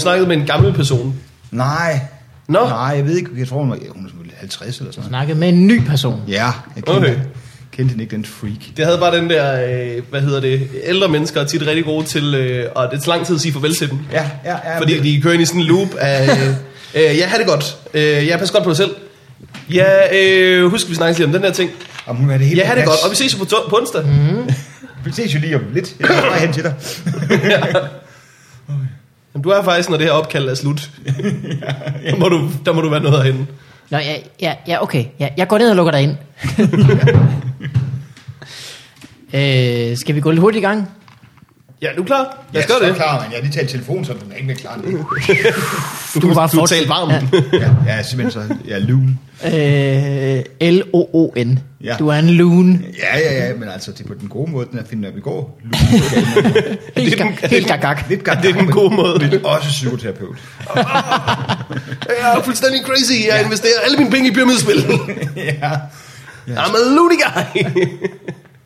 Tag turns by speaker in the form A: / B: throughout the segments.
A: snakket med en gammel person?
B: Nej.
A: Nå.
B: Nej, jeg ved ikke. Jeg tror, hun var, ja, hun er selvfølgelig 50 eller sådan noget.
C: Snakket med en ny person.
B: Ja, jeg kendte,
A: Okay.
B: okay. kendte hende ikke, den freak.
A: Det havde bare den der, øh, hvad hedder det, ældre mennesker er tit rigtig gode til, øh, og det er så lang tid at sige farvel til dem.
B: Ja, ja, ja.
A: Fordi de kører ind i sådan en loop af, øh, øh, ja, ha' det godt. Øh, ja, pas godt på dig selv. Ja, øh, husk, vi snakkes lige om den der ting.
B: Om hun er det hele
A: Ja, ha'
B: på
A: det
B: plads.
A: godt, og vi ses jo på, to- på onsdag.
B: Mm. Vi ses jo lige om lidt. Jeg kommer bare hen til dig.
A: Jamen, du er faktisk, når det her opkald er slut. der, må du, der må du være noget af hende.
C: Nå, ja, ja, ja okay. Ja, jeg går ned og lukker dig ind. øh, skal vi gå lidt hurtigt i gang?
A: Ja, er du klar? Lad os
B: så
A: gøre det.
B: klar, man. Jeg har lige talt i telefon, så den er ikke mere klar end det.
C: Du, kan bare
A: du er
C: fortsætte.
A: talt varmt. Ja.
B: Ja, jeg er simpelthen så... Jeg er lun.
C: Ja. Øh, L-O-O-N. Ja.
B: Ja.
C: Du er en loon.
B: Ja, ja, ja, men altså, det er på den gode måde, den er finder vi går. Lun.
C: Helt,
A: den-
C: ga- helt gagak.
B: Lidt godt.
A: det er den gode måde.
B: Men også psykoterapeut.
A: Jeg er fuldstændig crazy. Jeg investerer alle mine penge i pyramidspil.
B: ja.
A: I'm a loony guy.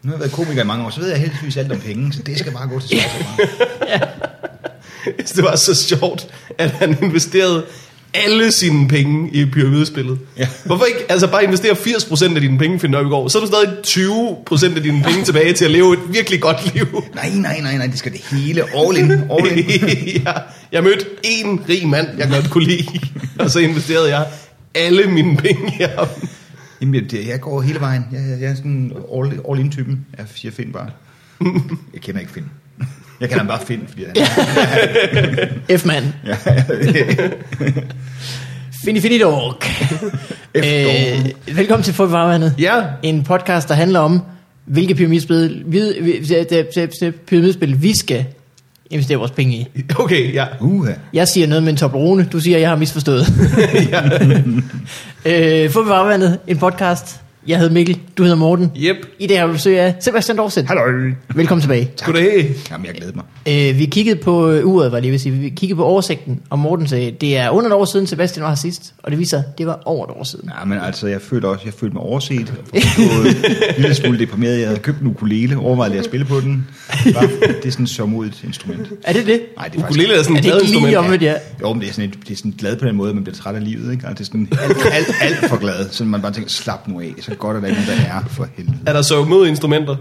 B: Nu har jeg været komiker i mange år, så ved jeg heldigvis alt om penge, så det skal bare gå til psykoterapeut.
A: det var så sjovt, at han investerede alle sine penge i pyramidespillet.
B: Ja.
A: Hvorfor ikke altså bare investere 80% af dine penge, Finn Nørgaard, så er du stadig 20% af dine penge tilbage til at leve et virkelig godt liv.
B: Nej, nej, nej, nej, det skal det hele. All in, all in.
A: ja, jeg mødte en rig mand, jeg godt kunne lide, og så investerede jeg alle mine penge i ham.
B: Jamen, jeg, det- jeg går hele vejen. Jeg, jeg, jeg er sådan all, all in typen. Jeg siger Finn bare. Jeg kender ikke Finn. Jeg kalder ham bare Finn, fordi han
C: F-mand.
B: ja,
C: Finifinidork. øh, velkommen til Fodvarvandet.
A: Ja,
C: En podcast, der handler om, hvilke pyramidspil, vid, vid, vid, vid, vid, pyramidspil vi skal investere vores penge i.
A: okay, ja.
B: Uha.
C: Jeg siger noget med en Toblerone, du siger, jeg har misforstået.
A: ja.
C: øh, Få bevarvandet, en podcast. Jeg hedder Mikkel, du hedder Morten.
A: Yep.
C: I dag har vi besøg af Sebastian Dorset.
B: Hallo.
C: Velkommen tilbage.
A: Goddag.
B: Jamen, jeg glæder mig.
C: Øh, vi kiggede på øh, uret, var jeg lige ved sige. Vi kiggede på oversigten, og Morten sagde, det er under et år siden, Sebastian var her sidst. Og det viser, det var over et år siden.
B: Nej, men altså, jeg følte også, jeg følte mig overset. og forstået. en lille smule deprimeret. Jeg havde købt en ukulele, overvejede lige at spille på den. Bare, det er sådan et sørmodigt instrument.
C: Er det det?
B: Nej, det er faktisk
A: Ukulele er sådan
C: Er
A: et
C: det ikke
A: bladinstrument.
C: lige om, at jeg...
B: Jo, men det er, sådan et, det er sådan glad på den måde, at man bliver træt af livet, ikke? Altså, det er sådan alt, alt, alt for glad, så man bare tænker, slap nu af, så godt er der ikke nogen, der er for helvede.
A: Er der så mod instrumenter?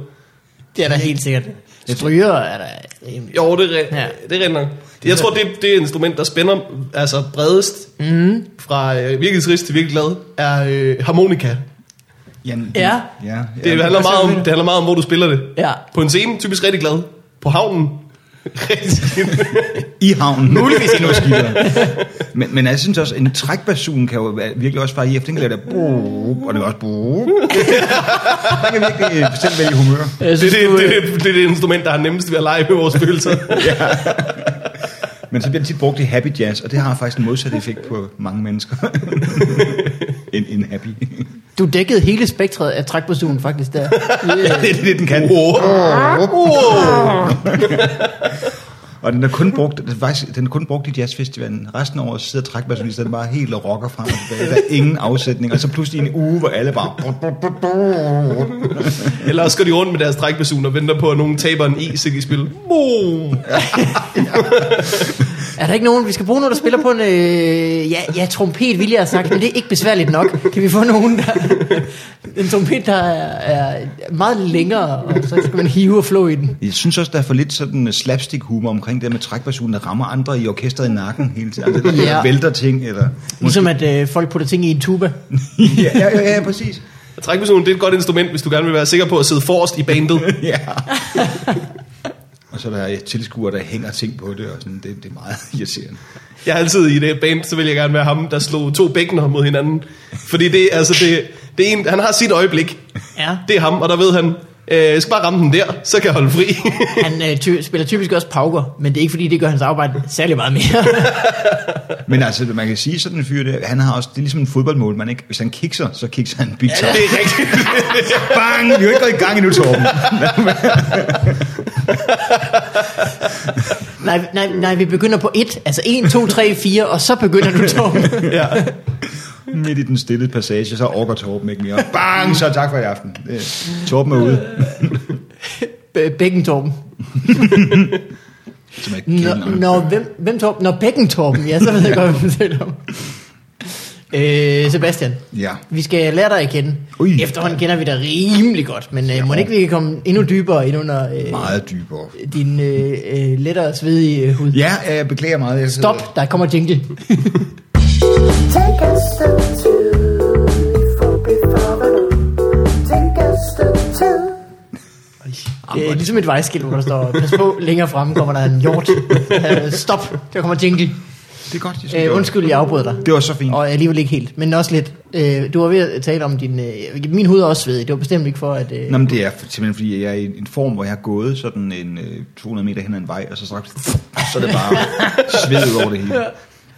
C: Det er der helt sikkert. Stryger er der... rimelig-
A: Jo, det er, ja.
C: Ja.
A: det er rent nok. Jeg tror, det, det instrument, der spænder altså bredest
C: Mhm.
A: mm. fra øh, virkelig trist til virkelig glad, er øh, harmonika.
B: Jamen,
C: Ja.
B: ja, ja.
A: Det, handler meget om, det handler meget om, hvor du spiller det.
C: Ja.
A: På en scene, typisk rigtig glad. På havnen, rigtig
B: I havnen. Muligvis i noget skider. Men, men jeg synes også, en trækbasun kan jo være- virkelig også variere, for den kan lave der brup, og det kan også brup. Man kan virkelig øh, selv vælge humør.
C: Jeg
A: det,
C: synes,
A: er
C: du,
A: det,
C: øh,
A: det, det, det er det instrument, der har nemmest ved at lege med vores følelser.
B: Men så bliver den tit brugt i happy jazz, og det har faktisk en modsat effekt på mange mennesker. en, en happy.
C: du dækkede hele spektret af trækpersonen faktisk der. Yeah.
B: det er det, den kan.
A: Wow. Wow.
B: Og den er kun brugt, den er faktisk, den er kun brugt i jazzfestivalen. Resten af året sidder trækbassonisterne bare helt og rocker frem og tilbage. Der er ingen afsætning. Og så pludselig en uge, hvor alle bare...
A: Eller også går de rundt med deres trækbasun og venter på, at nogen taber en is, så de spiller. Wow.
C: Er der ikke nogen, vi skal bruge nogen, der spiller på en, øh, ja, ja, trompet, vil jeg have sagt, men det er ikke besværligt nok. Kan vi få nogen, der, en trompet, der er, er meget længere, og så skal man hive og flå i den.
B: Jeg synes også, der er for lidt sådan slapstick humor omkring det der med trækbassonen, der rammer andre i orkestret i nakken hele tiden. Altså, der
C: Ja.
B: vælter ting, eller...
C: Ligesom at øh, folk putter ting i en tuba.
B: ja, ja, ja, ja, præcis.
A: Trækpersonen, det er et godt instrument, hvis du gerne vil være sikker på at sidde forrest i bandet.
B: Ja. og så er der tilskuere, der hænger ting på det, og sådan, det, det er meget irriterende.
A: Jeg har altid i det band, så vil jeg gerne være ham, der slog to bækkener mod hinanden. Fordi det, altså det, det er en, han har sit øjeblik.
C: Ja.
A: Det er ham, og der ved han, øh, jeg skal bare ramme den der, så kan jeg holde fri.
C: Han øh, ty- spiller typisk også pauker, men det er ikke fordi, det gør hans arbejde særlig meget mere.
B: Men altså, man kan sige, sådan en fyr der, han har også, det er ligesom en fodboldmål, man ikke, hvis han kikser, så kikser han big time.
A: det er rigtigt.
B: Bang! Vi er jo ikke gået i gang endnu, Torben.
C: nej, nej, nej, vi begynder på et, altså 1, 2, 3, 4, og så begynder du, Torben.
A: Ja.
B: Midt i den stille passage, så orker Torben ikke mere. Bang! Så tak for i aften. Øh, Det- Torben er ude.
C: Bækken, Torben.
B: som er
C: Nå,
B: genial.
C: når, hvem, hvem Torben? Når Bækken Torben, ja, så ved jeg godt, hvem du taler om. Øh, Sebastian,
B: Ja.
C: vi skal lære dig at kende.
B: Ui.
C: Efterhånden kender vi dig rimelig godt, men øh, må ikke vi kan komme endnu dybere ind under øh,
B: Meget dybere.
C: din øh, øh, lettere svedige øh, hud.
B: Ja, jeg beklager meget. Jeg sidder-
C: Stop, der kommer jingle.
D: Take a step two before before the Take a step two.
C: Det er ligesom et vejskilt, hvor der står, pas på, længere fremme kommer der en hjort. Øh, stop, der kommer jingle.
B: Det er godt, jeg synes, det
C: Øh,
B: var-
C: undskyld, jeg afbrød dig.
B: Det var så fint.
C: Og alligevel ikke helt, men også lidt. Øh, du var ved at tale om din... Øh, min hud er også svedig, det var bestemt ikke for, at... Øh,
B: Nå, men det er simpelthen, fordi jeg er i en form, hvor jeg har gået sådan en øh, 200 meter hen ad en vej, og så straks, så er det bare sved ud over det hele.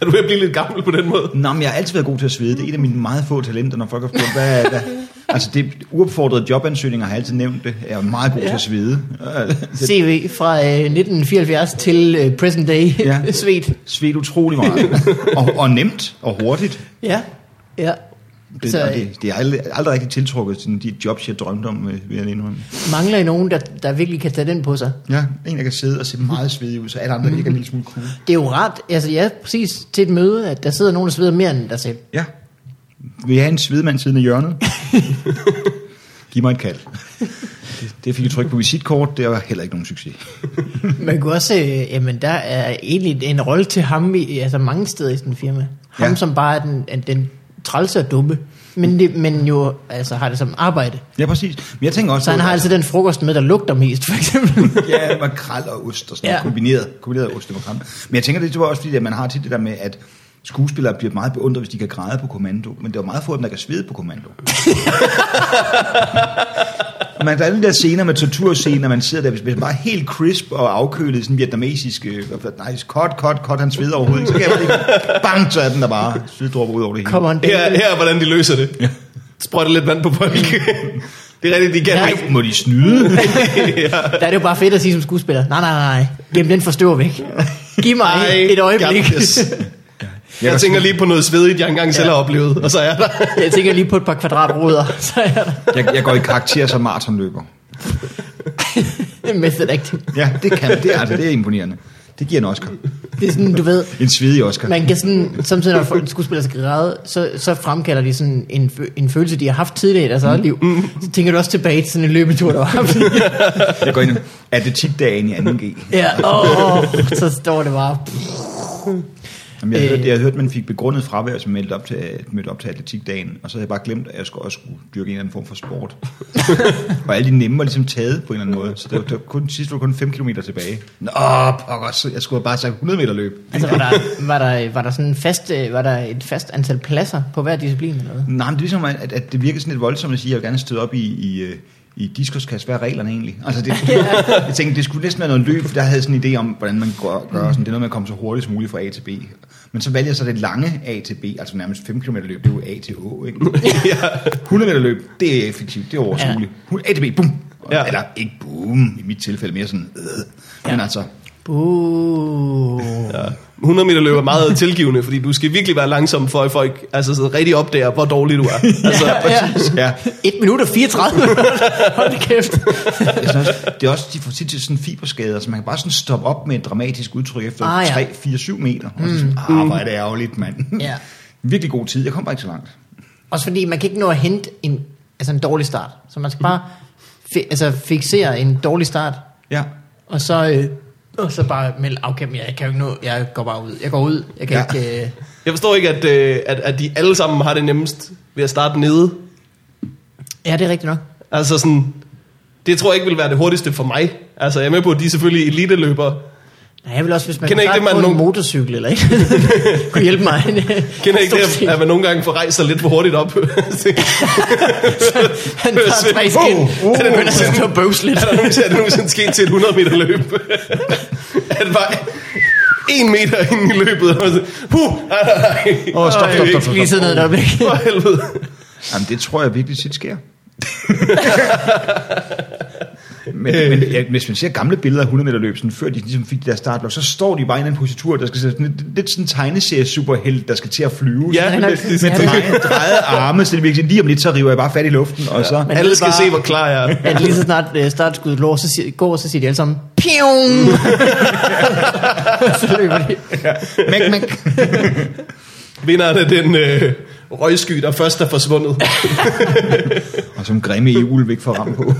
A: Er du ved at blive lidt gammel på den måde?
B: Nå, men jeg har altid været god til at svede. Det er et af mine meget få talenter, når folk har spurgt, hvad, hvad? Altså, det uopfordrede jobansøgninger har jeg altid nævnt det. Jeg er meget god ja. til at svede. Øh,
C: CV fra øh, 1974 til øh, present day.
B: Ja.
C: Ja. Svedt.
B: Sved utrolig meget. Og, og nemt og hurtigt.
C: Ja. Ja.
B: Det,
C: Så- øh,
B: så, det, det er aldrig, aldrig rigtig tiltrukket sådan de jobs, jeg drømte om, øh, vil jeg indrømme.
C: Mangler I nogen, der, der virkelig kan tage den på sig?
B: Ja, en, der kan sidde og se meget svedig ud, så alle andre ligger en lille smule cool.
C: Det er jo rart, altså ja, præcis til et møde, at der sidder nogen, der sveder mere end dig selv.
B: Ja. Vil jeg have en svedemand siden af hjørnet? Giv mig et kald. Det, det fik jeg tryk på visitkort, det var heller ikke nogen succes.
C: Man kunne også, øh, jamen der er egentlig en rolle til ham, i, altså mange steder i sådan en firma. Ham
B: Ja.
C: ja. som bare er den, er den trælse og dumme, men, det, men jo altså har det som arbejde.
B: Ja, præcis. Men jeg tænker også...
C: Så han
B: på-
C: har altså altid den frokost med, der lugter mest, for eksempel.
B: ja, makrel og ost og sådan noget, ja.
C: Ja.
B: kombineret, kombineret ost og makrel. Men jeg tænker, det var også fordi, at man har tit det der med, at skuespillere bliver meget beundret, hvis de kan græde på kommando. Men der er meget få af dem, der kan svede på kommando. Men der er den der scener med torturscener, man sidder der, hvis man bare er helt crisp og afkølet, sådan vietnamesisk, øh, nej, cut, cut, cut, han sveder overhovedet ikke. Så kan jeg bare lige, bang, så er den der bare sveddråber ud over det hele.
C: Kommer han
A: Her, her er, hvordan de løser det. Sprøjter lidt vand på folk. det er rigtigt, de kan.
C: Nej.
A: ikke.
B: Må de snyde?
C: Der er det jo bare fedt at sige som skuespiller, nej, nej, nej, nej. gem den forstøver væk. Giv mig
A: Ej,
C: et øjeblik.
A: gammels. Jeg,
B: kan
A: tænker lige på noget svedigt, jeg engang selv har oplevet, og så er jeg der.
C: Jeg tænker lige på et par kvadratruder, så er der
B: Jeg, jeg går i karakter som maratonløber.
C: mest rigtigt.
B: Ja, det kan, det er, altså, det er imponerende. Det giver en Oscar.
C: Det er sådan, du ved,
B: En svedig Oscar.
C: man kan sådan, samtidig når folk skuespiller skal græde, så, så fremkalder de sådan en, fø- en følelse, de har haft tidligere i deres eget liv. Så tænker du også tilbage til sådan en løbetur, der var haft.
B: Jeg går ind i atletikdagen i 2G.
C: Ja, åh, oh, så står det bare.
B: Jamen, jeg,
C: Øh.
B: hørte, jeg hørte, man fik begrundet fravær, som meldte op til, mødte op til atletikdagen, og så havde jeg bare glemt, at jeg skulle også skulle dyrke en eller anden form for sport. og alle de nemme var ligesom taget på en eller anden måde, så det var, det var kun, sidst var kun 5 km tilbage. Nå, pokker, så jeg skulle have bare sagt 100 meter løb.
C: Altså, var der, var der, var der sådan en fast, øh, var der et fast antal pladser på hver disciplin eller hvad?
B: Nej, men det er ligesom, at, at det virker sådan lidt voldsomt at sige, at jeg vil gerne støde op i, i, øh, i diskoskasse. Hvad er reglerne egentlig? Altså, det, jeg tænkte, det skulle næsten være noget løb, for der havde jeg sådan en idé om, hvordan man gør, gør sådan. Det er noget med at komme så hurtigt som muligt fra A til B. Men så valgte jeg så det lange A til B, altså nærmest 5 km løb, det er jo A til Å, ikke? 100 meter løb, det er effektivt, det er overskueligt. A til B, bum!
A: Ja.
B: Ja. Eller ikke boom, i mit tilfælde mere sådan, øh. men
C: Ja.
B: altså,
C: Uh.
A: 100 meter løb er meget tilgivende, fordi du skal virkelig være langsom, for at folk altså, sådan, rigtig opdager, hvor dårlig du er. Altså,
C: Ja.
B: ja,
C: 1 minut og 34. Hold da kæft.
B: Jeg synes også, Altså, det er også, de får tit til sådan fiberskader, så man kan bare sådan stoppe op med et dramatisk udtryk efter
C: Ah,
B: ah,
C: ja. Mm.
B: ja. 3, 4, 7 meter. Og så sådan, ah, hvor er det ærgerligt, mand.
C: Ja.
B: Virkelig god tid. Jeg kom bare ikke så langt.
C: Også fordi man kan ikke nå at hente en, altså en dårlig start. Så man skal bare fi, altså fixere en dårlig start,
B: Ja.
C: og så, øh, og så bare melde, okay, men jeg kan jo ikke nå, jeg går bare ud. Jeg går ud, jeg kan
B: Ja.
C: ja. ikke... Øh,
A: jeg forstår ikke, at, øh, at, at de alle sammen har det nemmest ved at starte nede.
C: ja, det er rigtigt nok.
A: Altså sådan, det tror jeg ikke vil være det hurtigste for mig. Altså, jeg er med på, at de er selvfølgelig eliteløbere.
C: Nej, jeg vil også, hvis man
A: Kender
C: kunne
A: ikke det,
C: starte
A: man
C: på en
A: nogen-
C: motorcykel, eller ikke? kunne hjælpe mig.
A: Kender ikke det, at man nogle gange får rejst sig lidt for hurtigt op? er
C: Han tager tre skin,
B: Wow,
A: Uh,
B: wow.
C: og den begynder sådan at bøvse lidt.
A: der nogensinde, er det nogensinde sket til et 100 meter løb? at bare en meter ind i løbet, og så, huh, nej, nej, nej.
B: Åh, stop, stop, stop, stop.
C: Lige sidde ned et øjeblik.
A: For helvede.
B: Jamen, det tror jeg virkelig tit sker. Men, men ja, hvis man ser gamle billeder af 100 meter løb, sådan, før de ligesom fik de der startblok, så står de bare i en eller anden positur, der skal se sådan, lidt, lidt sådan en tegneserie superhelt, der skal til at flyve.
A: Ja,
B: sådan,
A: nok.
B: lidt, med dreje, drejede arme, så det virkelig lige om lidt, så river jeg bare fat i luften, og så...
C: Men
A: Alle
C: det
A: skal
C: var-
A: se, hvor klar jeg er.
C: at lige så snart øh, startskuddet lå, så siger, går, så siger de alle sammen, Pjong! så løber de.
B: Mæk, mæk.
A: Vinderen af den øh, røgsky, der først er forsvundet.
B: Og som grimme EU væk for ramme på.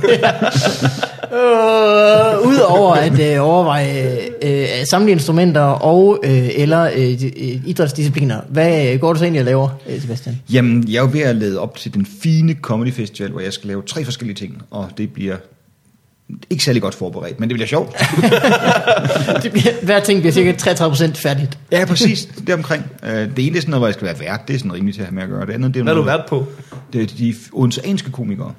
C: Øh, Udover at øh, overveje øh, øh, samtlige instrumenter og øh, eller øh, de- øh, idrætsdiscipliner, hvad øh, går du så egentlig og laver, øh, Sebastian?
B: Jamen, jeg er jo ved at lede op til den fine Comedy Festival, hvor jeg skal lave tre forskellige ting, og det bliver ikke særlig godt forberedt, men det bliver sjovt.
C: Det bliver, hver ting bliver cirka 33% færdigt.
B: Ja, præcis, det omkring. øh, Det ene det er sådan noget, hvor jeg skal være vært, det er sådan rimeligt til at have med at gøre. Det andet, det er
A: Hvad har du
B: noget,
A: været på?
B: Det er de odenseanske komikere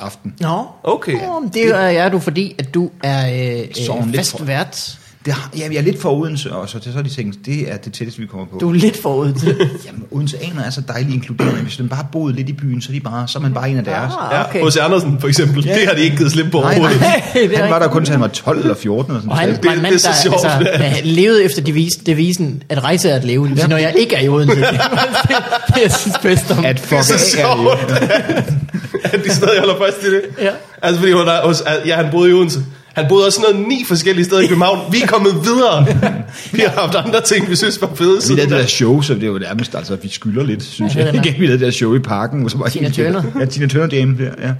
B: aften.
C: Nå,
A: Okay.
C: Nå, men det er, er du, fordi at du er øh,
B: Sådan
C: øh,
B: lidt
C: fast
B: for-
C: vært.
B: Det har, ja, jeg er lidt for Odense, og så, så er de tænkt, det er det tætteste, vi kommer på.
C: Du er lidt forud til.
B: Jamen, Odenseaner er så dejligt inkluderende. Hvis den bare boede lidt i byen, så er, de bare, så er man bare en af deres.
C: Ah,
A: Ja,
C: okay.
A: H.C. Andersen for eksempel,
B: Ja.
A: det har de ikke givet slip på
B: Nej, nej.
A: overhovedet.
C: det
B: Han
C: er
B: var der
C: rigtigt.
B: kun til han var 12 eller 14 eller sådan
C: Og han
B: noget.
C: var en
A: det
C: mand,
A: er så
C: der
A: sjovt,
C: altså,
A: det
C: øh, levede efter devisen, devisen, at rejse er at leve. Det vil sige, når jeg ikke er i Odense. det, er det, jeg synes bedst om.
B: At
A: Det er
B: fuck
A: så
B: af er det jo.
A: sjovt, at- at de stadig holder fast i det.
C: Ja.
A: Altså fordi hun er, hos, al- ja, han boede i Odense. Han boede også sådan noget ni forskellige steder i København. Vi er kommet videre. Vi har haft andre ting, vi synes var fede.
B: Vi
A: siden
B: lavede
A: da.
B: det der show, så det er jo nærmest, altså, vi skylder lidt, synes
C: Ja, det er
B: jeg.
C: det.
B: Igen, vi lavede det der show i parken. Hvor så var
C: Tina Turner.
B: Ja, Tina Turner Jam, der, ja.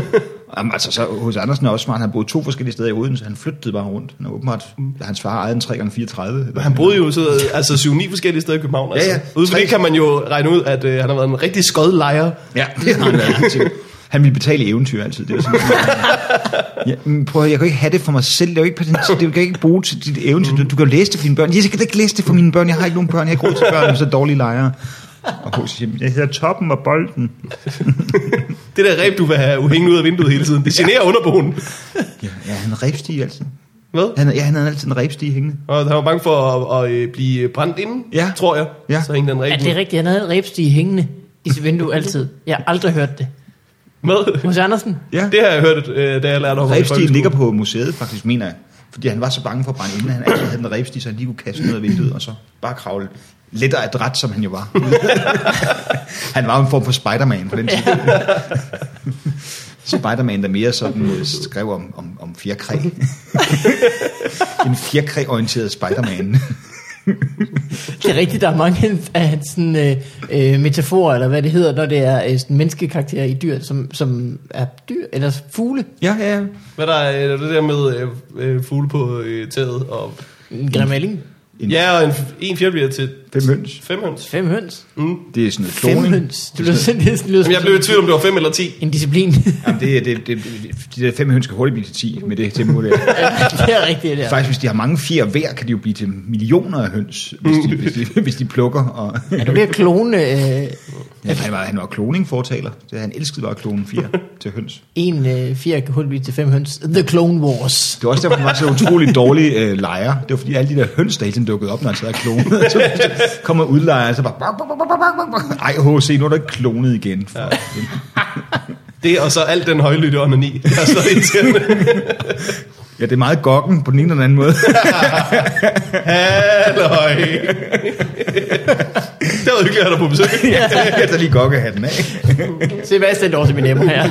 B: Jamen, altså, så hos Andersen er også smart. Han boede to forskellige steder i Odense. Han flyttede bare rundt. Han er åbenbart, hans far ejede en 3x34.
A: Han boede jo så, altså 7-9 forskellige steder i København. Altså.
B: Ja, ja.
A: Ud fra
B: Tre-
A: det kan man jo regne ud, at øh, han har været en rigtig skød lejer.
B: Ja, det har han været aktiv. Han ville betale i eventyr altid. Det var sådan, ja, men prøv, at høre, jeg kan jo ikke have det for mig selv. Det er jo ikke patent, det kan jeg ikke bruge til dit eventyr. Du, du kan jo læse det for dine børn. Jeg kan ikke læse det for mine børn. Jeg har ikke nogen børn. Jeg har ikke råd til børn, og så dårlige lejere. Og H.C. siger, jeg hedder Toppen og Bolden.
A: Det der ræb, du vil have hængende ud af vinduet hele tiden, det generer underboen.
B: Ja, ja han er rebstige altid.
A: Hvad?
B: Han, ja, han havde altid en rebstige hængende.
A: Og han var bange for at, at, øh, blive brændt inde,
B: Ja.
A: tror jeg.
B: Ja.
A: Så hængte han
C: Er
A: ræb
C: det
A: ud.
C: rigtigt? Han havde en rebstige hængende i sit vindue altid. Jeg har aldrig hørt det.
A: Med.
C: Hos Andersen?
B: Ja,
A: Det har jeg hørt, øh, da jeg lærte om det i
B: rebstige
A: folkeskolen.
B: ligger på museet, faktisk, mener jeg. Fordi han var så bange for at brænde inden, han altid havde en rebstige, så han lige kunne kaste ned af vinduet, og så bare kravle lidt af adræt, som han jo var. han var jo en form for Spider-Man på den tid. Spider-Man, der mere sådan øh, skrev om, om, om fjerkræ. en fjerkræ-orienteret Spider-Man.
C: Det er rigtigt, der er mange af hans sådan, øh, øh, metaforer, eller hvad det hedder, når det er øh, sådan, menneskekarakterer i dyr, som, som er dyr, eller fugle.
B: ja, ja, ja.
A: Hvad der er øh, det der med øh, øh, fugle på øh, taget? Og,
C: En grimmelling.
B: En-
A: ja, og en, en fjerdebier til
B: Fem høns.
A: fem høns.
C: Fem høns.
B: Det er sådan noget
C: Fem
B: kloning.
C: høns. Du lyder sådan, det lyder
A: Jamen, jeg blev i tvivl, om det var fem eller ti.
C: en disciplin.
B: Jamen, det, er- det, det, det, de der fem høns skal hurtigt blive til ti med det tempo der.
C: det er rigtigt, det
B: Ja.
C: er.
B: Faktisk, hvis de har mange fjer hver, kan de jo blive til millioner af høns, hvis de, hvis de, hvis de plukker. Og,
C: Er du ved at klone øh,
B: ja, han, var, han var kloningfortaler. Det, han elskede bare at klone fjer til høns.
C: en øh, fjer kan hurtigt blive til fem høns? The Clone Wars.
B: Det var også derfor, han var så utrolig dårlig øh, lejer. Det var fordi alle de der høns, der hele tiden dukkede op, når han sad og klonede. Så kommer udlejeren, så bare... bak, bak, bak, bak, bak, bak. Ej, HC, nu er du ikke klonet igen. For,
A: Det, og så alt den højlydte onani. Der er så irriterende.
B: ja, det er meget gokken på den ene eller den anden måde.
A: Halløj. det var hyggeligt at have dig på besøg.
B: Jeg tager lige gokkehatten af.
C: Sebastian Dorse, min emmer her.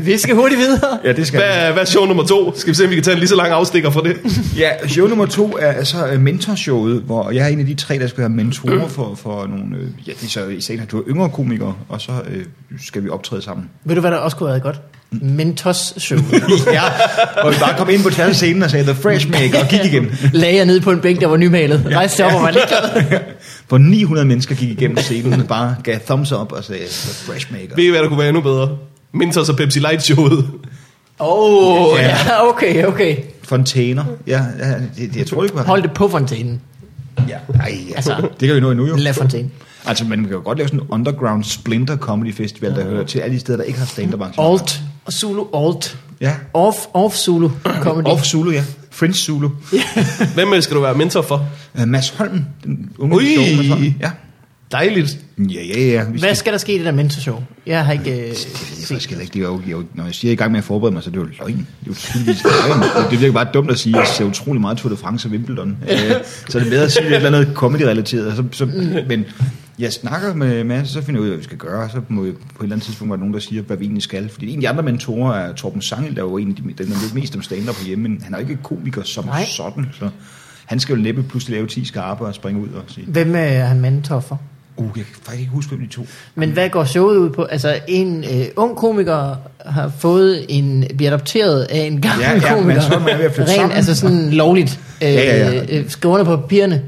C: Vi skal hurtigt videre.
B: Ja, det skal han.
A: Hvad, hvad er show nummer to? Skal vi se, om vi kan tage en lige så lang afstikker fra det?
B: Ja, show nummer to er så øh, mentorshowet, hvor jeg er en af de tre, der skal være mentorer for, for nogle, øh, ja, det er så i sagen, at du er yngre komikere, og så øh, skal vi optræde sammen.
C: Ved du, hvad der også kunne have været godt? Mentos show.
B: ja, og vi bare kom ind på tværs af scenen og sagde, The Fresh Maker, og gik igen.
C: Lagde jeg nede på en bænk, der var nymalet. Rejste sig op og var lidt glad.
B: Hvor 900 mennesker gik igennem scenen og bare gav thumbs up og sagde, The Fresh Maker.
A: Ved I, hvad der kunne være endnu bedre? Mintos og Pepsi Light showet.
C: Åh, oh, ja, okay, okay.
B: Fontæner. Ja, ja det, det, jeg tror, det kunne have.
C: Hold det på fontænen.
B: Ja, ej, ja.
C: Altså.
B: det kan vi nå endnu jo.
C: La Fontaine.
B: Altså, man kan jo godt lave sådan en underground splinter comedy festival, der hører til alle de steder, der ikke har stand-up arrangementer.
C: Alt. Og Zulu Alt.
B: Ja.
C: Off, off Zulu comedy.
B: Off Zulu, ja. Fringe Zulu.
A: Hvem øh, skal du være mentor for?
B: Uh, Mads Holm, den unge
A: Ui.
B: sjove Mads Holm. Ja.
A: Dejligt.
B: Ja, ja, ja. Vi
C: Hvad skal der ske i det der mentorshow? Jeg har ikke... Øh,
B: Det ved jeg skal ikke. Det er jo, jo, når jeg siger, at jeg er i gang med at forberede mig, så er det jo løgn. Det er jo tydeligvis løgn. Det- Det virker bare dumt at sige, at jeg ser utrolig meget Tour de France og Wimbledon. Øh, så er det bedre at sige et eller andet comedy-relateret. og Så, så, men jeg snakker med Mads, så finder jeg ud af, hvad vi skal gøre. Så må jeg, på et eller andet tidspunkt var der nogen, der siger, hvad vi egentlig skal. Fordi en af de andre mentorer er Torben Sangel, der er jo en af de, den, der ved mest om stand-up hjemme, men han er jo ikke komiker som
C: Nej.
B: Nej. sådan. Så han skal jo næppe pludselig lave 10 skarpe og springe ud og sige,
C: hvem øh, er han mentor for?
B: uh, jeg kan faktisk ikke huske, hvem de to.
C: Men hvad går showet ud på? Altså, en øh, ung komiker har fået en... bliver adopteret af en gammel
B: Ja, ja, men
C: komiker.
B: så er man ved at flytte sammen.
C: altså sådan lovligt. Øh, ja, ja, ja. Øh, skriver under på papirerne.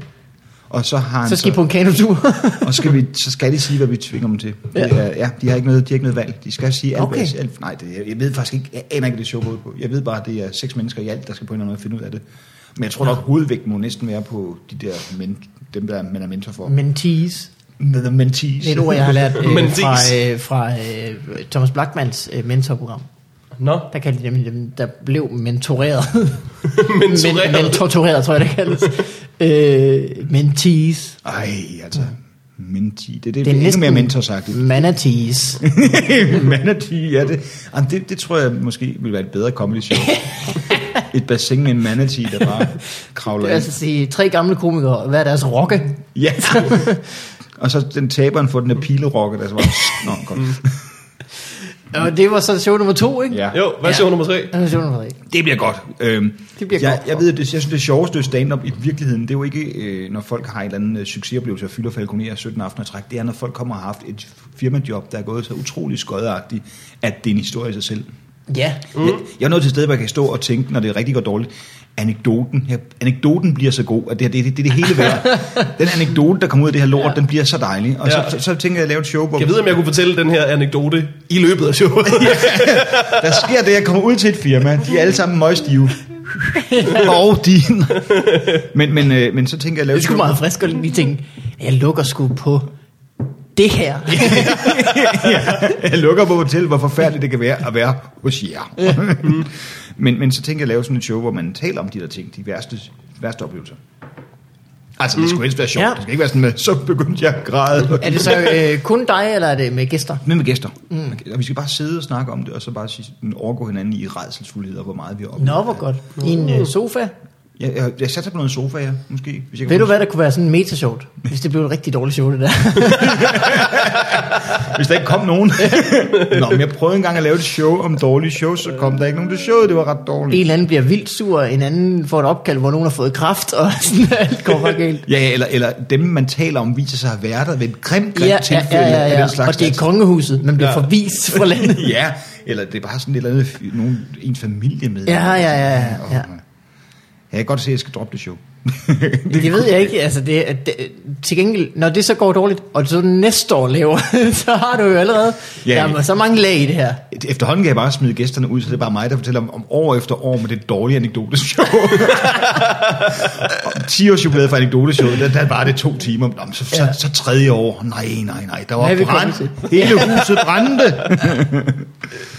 B: Og så har han
C: Så skal I på en kanotur.
B: og skal vi, så skal de sige, hvad vi tvinger dem til. Ja, er, ja de, har ikke noget, de har ikke noget valg. De skal sige alt.
C: Okay.
B: hvad- alt nej, det, jeg, jeg ved faktisk ikke, jeg aner ikke, hvad det show går ud på. Jeg ved bare, at det er seks mennesker i alt, der skal på en eller anden måde finde ud af det. Men jeg tror nok, hovedvægten må næsten være på de der men, dem, der man er mentor for.
C: Men tease.
B: Med the mentees.
C: Det er et ord, jeg har lært øh,
A: Mentees.
C: fra, øh, fra øh, Thomas Blackmans øh, mentorprogram.
A: Nå,
C: Der kaldte de nemlig dem, der blev mentoreret.
A: Mentoreret.
C: Men, mentoreret, tror jeg, det kaldes. øh, mentees.
B: Ej, altså. Menti. Det, det, det er
C: Det er
B: endnu
C: næsten-
B: mere mentorsagtigt.
C: Manatees.
B: manatee, ja det. Jamen, det. Det tror jeg måske ville være et bedre comedy show. et bassin med en manatee, der bare kravler
C: Det vil
B: ind.
C: altså sige, tre gamle komikere, og hvad er deres rokke?
B: Ja. og så den taberen får den der pilerokke, der så var... Nå, kom.
C: Mm. Og det var så show nummer to, ikke?
B: Ja.
A: jo, hvad er show nummer tre?
C: Det var show nummer tre.
B: Det bliver godt. Øhm,
C: Det bliver
B: jeg,
C: godt.
B: jeg ved, det, jeg synes, det sjoveste ved stand-up i virkeligheden, det er jo ikke, øh, når folk har en eller anden øh, succesoplevelse og fylder falconer 17 aftener i træk. Det er, når folk kommer og har haft et firmajob, der er gået så utrolig skodderagtigt, at det er en historie i sig selv.
C: Ja.
B: Mm. Jeg, jeg er nået til et sted, hvor jeg kan stå og tænke, når det er rigtig godt dårligt, anekdoten, her, anekdoten bliver så god, at det, her, det, det, det er det hele værd. Den anekdote, der kommer ud af det her lort, ja. den bliver så dejlig. Og
A: Ja.
B: ja. så, så, så tænker jeg at lave et show, hvor...
A: Jeg ved, om jeg kunne fortælle den her anekdote i løbet af showet.
B: Der sker det, jeg kommer ud til et firma. De er alle sammen møgstive. og din. Men, men, øh, men så tænker jeg, at
C: Det
B: lave
C: er sgu meget frisk at lige tænke, jeg lukker sgu på det her.
B: jeg lukker på hotel, hvor forfærdeligt det kan være at være hos jer. men, men så tænker jeg at lave sådan et show, hvor man taler om de der ting, de værste, værste oplevelser. Altså, det skulle helst være sjovt.
C: Mm. Ja.
B: Det skal ikke være sådan med, så begyndte jeg at græde.
C: Er det så øh, kun dig, eller er det med gæster?
B: Med med gæster. Mm. Og vi skal bare sidde og snakke om det, og så bare sige, sådan, overgå hinanden i redselsfuldheder, hvor meget vi har oplevet.
C: Nå, hvor godt. I en øh, sofa.
B: Jeg, jeg, jeg satte på noget sofa, ja, måske. Hvis jeg kan
C: Ved du,
B: huske.
C: hvad der kunne være sådan meta-sjovt? Hvis det blev et rigtig dårligt show, det der.
B: Hvis der ikke kom nogen. Nå, men jeg prøvede engang at lave et show om dårlige shows, så kom der ikke nogen til showet. Det var ret
C: En
B: dårligt.
C: eller anden bliver vildt sur, en anden får et opkald, hvor nogen har fået kraft, og sådan alt går bare galt.
B: Ja, ja, eller, eller dem, man taler om, viser sig at være der ved et grimt, grimt
C: Ja, ja,
B: tilfælde
C: ja, ja,
B: af
C: ja.
B: den slags.
C: Og det er kongehuset, man bliver
A: Ja.
C: forvist fra landet.
B: ja, eller det er bare sådan et eller andet, f- nogen, en familie med.
C: Ja, ja, ja, ja,
B: Åh,
C: ja.
B: nej. Jeg kan godt se, at jeg skal droppe det show.
C: Det, det ved jeg ikke. Altså, det, er- det, til gengæld, når det så går dårligt, og så næste år laver, så har du jo allerede ja,
B: Ja,
C: ja. Der er så mange lag i det her.
B: Efterhånden kan jeg bare smide gæsterne ud, så det er bare mig, der fortæller om, om år efter år med det dårlige anekdoteshow. 10 års jubilæet for anekdoteshowet, der, der var det to timer. Nå, men så, så,
C: Ja.
B: så, tredje år, nej, nej, nej, der
C: Hvad er vi
B: var
C: kommet
B: brand. Hele huset brændte.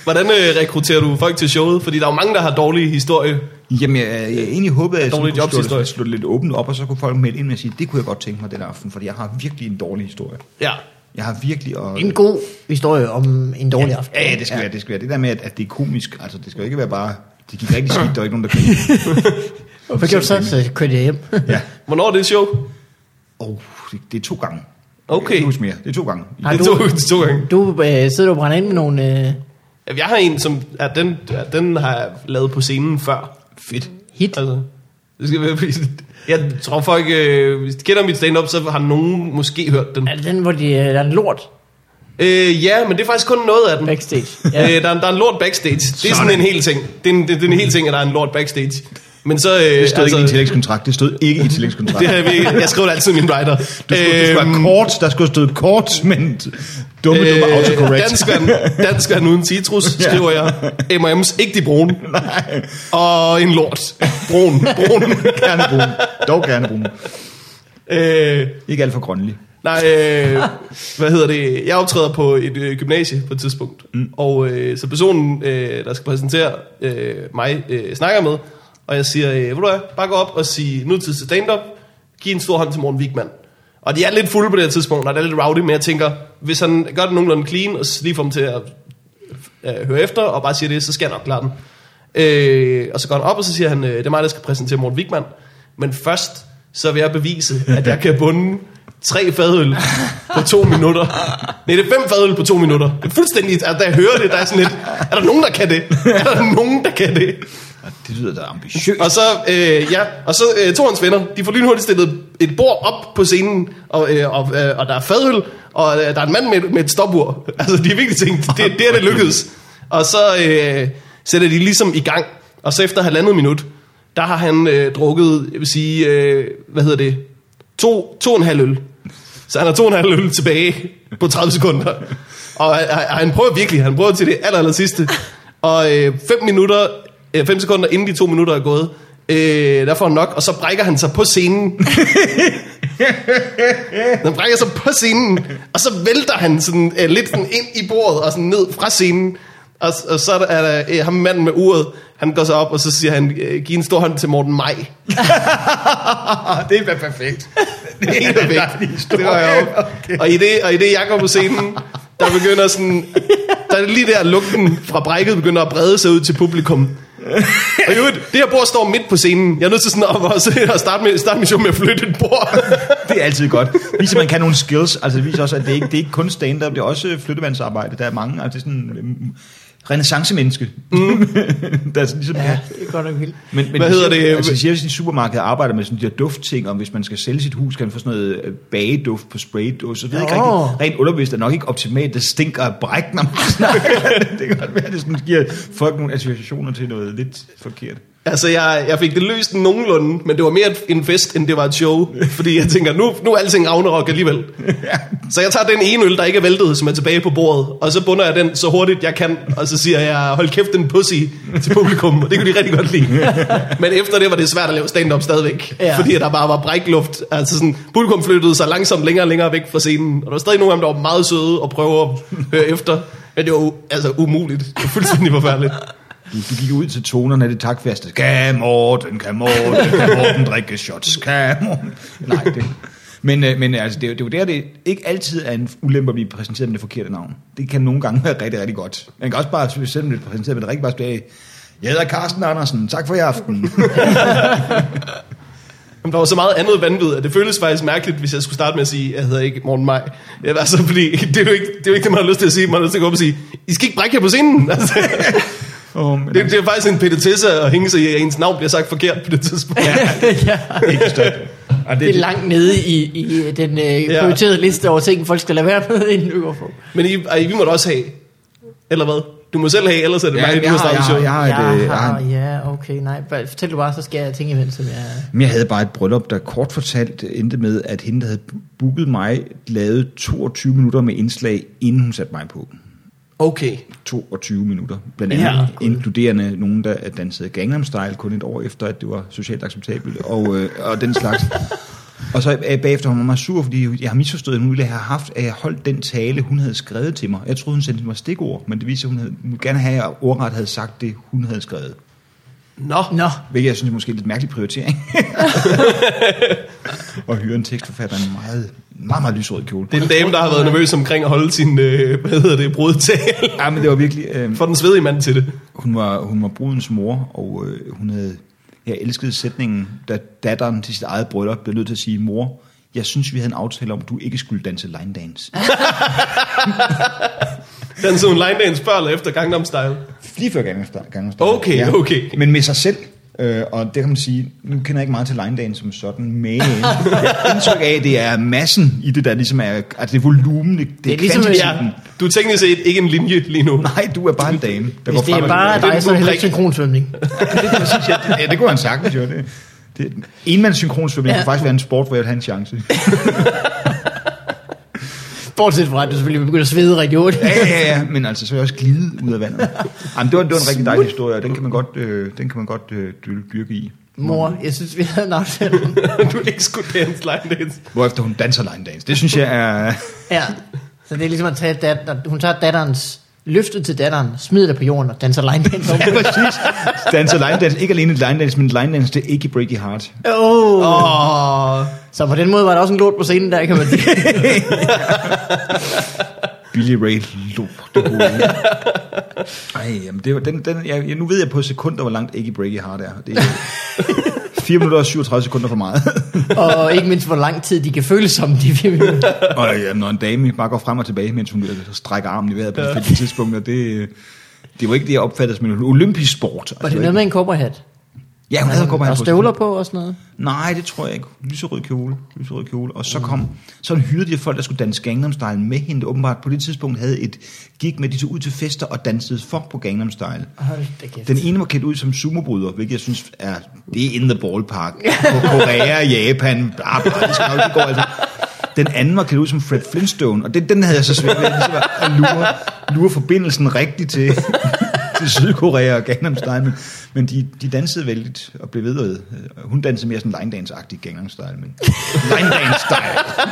A: Hvordan øh, rekrutterer du folk til showet? Fordi der er jo mange, der har dårlige historie.
B: Jamen, jeg, jeg egentlig håbede, at jeg
A: Dårlig
B: sådan kunne slå
A: jobhistorie.
B: det, slå det lidt åbent op, og så kunne folk melde ind og sige, det kunne jeg godt tænke mig den aften, fordi jeg har virkelig en dårlig historie.
A: Ja.
B: Jeg har virkelig... Og,
C: En god historie om en dårlig aften.
B: Ja, det skal være, det skal være. Det der med, at, at det er komisk, altså det skal jo ikke være bare, det gik rigtig skidt, der var ikke nogen, der griner.
C: Hvad gjorde du så? Så kørte jeg hjem.
B: Ja.
A: Hvornår er det show?
B: Oh, det, det er to gange. Jeg kan
A: Okay.
B: ikke huske mere. Det er to gange.
C: Har
A: Det
C: du-
A: tog det to gange.
C: Du øh, sidder og brænder ind med nogle... Øh,
A: Jeg har en, som ja, den, ja, den har jeg lavet på scenen før.
B: Fedt.
C: Hit.
A: Altså, det skal være, fordi- jeg tror folk, øh, hvis de kender mit stand-up, så har nogen måske hørt den.
C: er det den, hvor de, øh, der er en lort
A: Øh, ja, men det er faktisk kun noget af den.
C: backstage?
A: Ja. Øh, der, er, der er en lort backstage. Det er sådan en hel ting. Det er en, det, det er en hel ting, at der er en lort backstage. Men så... Øh,
B: Det stod altså, ikke i din tillægskontrakt. Det stod ikke i tillægskontrakten.
A: det har jeg, virkelig- jeg skriver det altid i min writer.
B: Du skulle, øhm, Øh, det skulle være kort, der skulle stå kort, men dumme, dumme autocorrect.
A: danskeren, danskeren uden citrus,
B: Ja.
A: skriver jeg. M&M's, ikke de brune.
B: Nej,
A: Og en lort. Brun, brun.
B: gerne brune. Dog gerne brune.
A: øh,
B: Ikke alt for grønlig.
A: Nej, øh, hvad hedder det? Jeg optræder på et øh, gymnasie på et tidspunkt, mm. og øh, så personen, øh, der skal præsentere øh, mig, øh, snakker med, og jeg siger, øh, ved du hvad, bare gå op og sige nutid til stand-up, giv en stor hånd til Morten Wigman. Og de er lidt fulde på det her tidspunkt, og det er lidt rowdy, men jeg tænker, hvis han gør det nogenlunde clean, og lige får dem til at øh, høre efter, og bare siger det, så skal jeg nok klare den. Øh, og så går han op, og så siger han, øh, det er mig, der skal præsentere Morten Wigman, men først, så vil jeg bevise, at jeg kan bunde tre fadøl på to minutter. Nej, det er fem fadøl på to minutter. Det er fuldstændig, altså, da jeg hører det, der er sådan lidt, er der nogen, der kan det? Er der nogen, der kan det?
B: Og det lyder da ambitiøst.
A: Og så, øh, ja, og så øh, to af hans venner, de får lynhurtigt stillet et bord op på scenen, og, øh, og, øh, og der er fadøl, og øh, der er en mand med, et- med et stopur. Altså, de har virkelig tænkt, det, det er det lykkedes. Og så øh, sætter de ligesom i gang, og så efter halvandet minut, der har han øh, drukket, jeg vil sige, øh, hvad hedder det, to, to og en halv øl. Så han har to og en halv øl tilbage på 30 sekunder. Og øh, øh, han prøver virkelig, han prøver til det aller, aller sidste. Og øh, fem, minutter, øh, fem sekunder inden de to minutter er gået, øh, der får han nok, og så brækker han sig på scenen. han brækker sig på scenen, og så vælter han sådan, øh, lidt sådan ind i bordet og sådan ned fra scenen. Og, og så er der, er der øh, ham manden med uret, han går så op, og så siger han, øh, giv en stor hånd til Morten Maj.
B: det er da perfekt.
A: Det er helt væk. Det var jeg op. Og i det, og i det jeg går på scenen, der begynder sådan... Der er lige der, lugten fra brækket begynder at brede sig ud til publikum. Og i øvrigt, det her bord står midt på scenen. Jeg er nødt til sådan at, at, at starte, med, starte med, show med at flytte et bord.
B: Det er altid godt. Viser, man kan nogle skills. Altså, det viser også, at det ikke, det er ikke kun stand-up, det er også flyttemandsarbejde. Der er mange, altså det er sådan en renaissance-menneske, mm. der er sådan, ligesom
C: Ja, det er godt nok vildt.
B: Men, men
A: Hvad
B: de
A: hedder
B: siger-
A: det?
B: Altså, de siger, at i supermarkedet arbejder med sådan de der duftting, og hvis man skal sælge sit hus, kan man få sådan noget øh, bageduft på spraydåse. Så ved jeg ikke
C: Nå.
B: rigtigt. Rent underbevidst er nok ikke optimalt. Det stinker af bræk, når man snakker. det kan godt være, at det sådan giver folk nogle associationer til noget lidt forkert.
A: Altså, jeg, jeg fik det løst nogenlunde, men det var mere en fest, end det var et show. Fordi jeg tænker, nu, nu er alting Ragnarok alligevel. Så jeg tager den ene øl, der ikke er væltet, som er tilbage på bordet, og så bunder jeg den så hurtigt jeg kan, og så siger jeg, hold kæft den pussy til publikum, og det kunne de rigtig godt lide. Men efter det var det svært at lave stand-up stadigvæk,
C: Ja.
A: ja. fordi der bare var brækluft. Altså sådan, publikum flyttede sig langsomt længere og længere væk fra scenen, og der var stadig nogle af dem, der var meget søde og prøver at høre efter. Men det var u- altså umuligt. Det var fuldstændig forfærdeligt.
B: Du, du gik ud til tonerne af det takfaste. Kan Morten, kan Morten, kan Morten drikke shots? Kan Morten? Nej, det... Men, øh, men altså, det, er jo- det er jo der, det ikke altid er en ulempe at blive præsenteret med det forkerte navn. Det kan nogle gange være rigtig, rigtig godt. Man kan også bare, selvom det er præsenteret med det rigtige, bare sige, jeg hedder Carsten Andersen, tak for i aften.
A: Jamen, der var så meget andet vanvid, at det føles faktisk mærkeligt, hvis jeg skulle starte med at sige, jeg hedder ikke Morten Maj. Ja, altså, fordi det er, jo ikke, det er jo ikke det, man har lyst til at sige. Man har lyst til at gå op og sige, I skal ikke brække jer på scenen. Altså,
B: oh, men,
A: det, det, er faktisk en pædetisse at hænge sig i, at ens navn bliver sagt forkert på det tidspunkt. Ja.
C: ja.
A: altså-
B: ikke støtte. Og
C: Det er langt nede i, i den øh, prioriterede liste over ting, folk skal lade være med, inden du går på.
A: Men I, ej, vi må da også have, eller hvad? Du må selv have, ellers er det
B: Ja,
A: ja, mærkeligt,
B: jeg
A: du har
B: har-
A: startet show.
B: jeg har- et,
C: Jeg
B: øh, jeg
C: har,
B: har
C: ja, okay, nej. Bare Fortæl du bare, så skal jeg tænke imens, som jeg...
B: Men jeg havde bare et bryllup, der kort fortalt endte med, at hende, der havde booket mig, lavede 22 minutter med indslag, inden hun satte mig på.
A: Okay.
B: 22 minutter. Blandt andet
A: Ja,
B: ja,
A: gud.
B: inkluderende nogen, der dansede Gangnam Style kun et år efter, at det var socialt acceptabelt og, øh, og den slags. og så øh, bagefter var hun meget sur, fordi jeg har misforstået, at hun ville have haft, at jeg holdt den tale, hun havde skrevet til mig. Jeg troede, hun sendte mig stikord, men det viste sig, at hun, havde, hun ville gerne have, at jeg ordret havde sagt det, hun havde skrevet.
A: Nå.
C: Nå,
B: Hvilket jeg synes er måske en lidt mærkelig prioritering. og hyre en tekstforfatter i en meget, meget, meget lysrød kjole.
A: Det er en dame, der har været nervøs omkring at holde sin, øh, hvad hedder det, brudtale.
B: Ja, men det var virkelig... Øh,
A: For den svedige mand til det.
B: Hun var, hun var brudens mor, og øh, hun havde, jeg elskede sætningen, da datteren til sit eget bryllup blev nødt til at sige, mor, jeg synes, vi havde en aftale om, at du ikke skulle danse line dance.
A: Den så altså en line dance før eller efter Gangnam Style.
B: Lige før gangen gangen
A: Okay, okay.
B: Men med sig selv. Øh, og det kan man sige, nu kender jeg ikke meget til line dance som sådan, men øh, jeg har indtryk af, at det er massen i det, der ligesom er, altså det er volumen, det, det
C: er
B: er
C: ligesom,
B: ligesom,
A: Ja,
B: kvantiteten.
A: du er teknisk set ikke en linje lige nu.
B: Nej, du er bare en dame, der
C: hvis det
B: frem
C: er
B: og
C: bare
B: tilbage.
A: Det er
C: dig,
A: en
C: så er det heller
A: prik.
C: ikke synkronsvømning.
B: Ja, det kunne han sagtens jo. Det, det, enmandssynkronsvømning
C: Ja.
B: ja. kunne faktisk være en sport, hvor jeg ville have en chance.
C: Bortset fra, at du selvfølgelig begynder at svede rigtig hurtigt.
B: Ja, ja, ja, men altså så er jeg også glide ud af vandet. Jamen, det var, det var en rigtig dejlig historie, og den kan man godt, øh, den kan man godt øh, dyl- dyrke i.
C: Mor, jeg synes, vi havde en aftale. om-
A: du ikke skulle dance line dance.
B: Hvorefter hun danser line dance. Det synes jeg er...
C: Ja, så det er ligesom at tage datter, hun tager datterens løftet til datteren, smider det på jorden og danser line dance.
B: Ja, præcis. Danser line dance. Ikke alene line dance, men line dance, det er ikke Breaky Heart.
C: Åh, oh,
A: Åh,
C: Så på den måde var der også en lort på scenen der, kan man sige.
B: Billy Ray Loop. det gode. Ej, jamen det var, den, den, jeg, jeg- nu ved jeg på sekunder, hvor langt Iggy Breaky har der. Det er 4 minutter og 37 sekunder for meget.
C: og ikke mindst, hvor lang tid de kan føle som de vil.
B: og ja, når en dame bare går frem og tilbage, mens hun øh, strækker armen i vejret på det tidspunkt, og det, øh, det var ikke det, jeg opfattede som en olympisk sport. Altså,
C: Var det noget med en cowboyhat?
B: Ja, hun havde
C: Og
B: cowboyhat på.
C: støvler på og sådan noget?
B: Nej, det tror jeg ikke. Lyserød kjole, lyserød kjole. Og
C: Mm.
B: så kom, så hyrede de folk, der skulle danse Gangnam Style med hende. Åbenbart på det tidspunkt havde et gig med, at de tog ud til fester og dansede for på Gangnam Style.
C: Hold da kæft.
B: Den ene var kendt ud som sumobryder, hvilket jeg synes er, det er in the ballpark. På Korea, Japan, bla bla, det skal nok, det går altså. Den anden var kendt ud som Fred Flintstone, og den, den havde jeg så svært ved ligesom at at lure, lure forbindelsen rigtigt til, til Sydkorea og Gangnam Style. Men, men de, de dansede vældigt og blev ved. øh, Hun dansede mere sådan line dance-agtig Gangnam Style, men line dance style.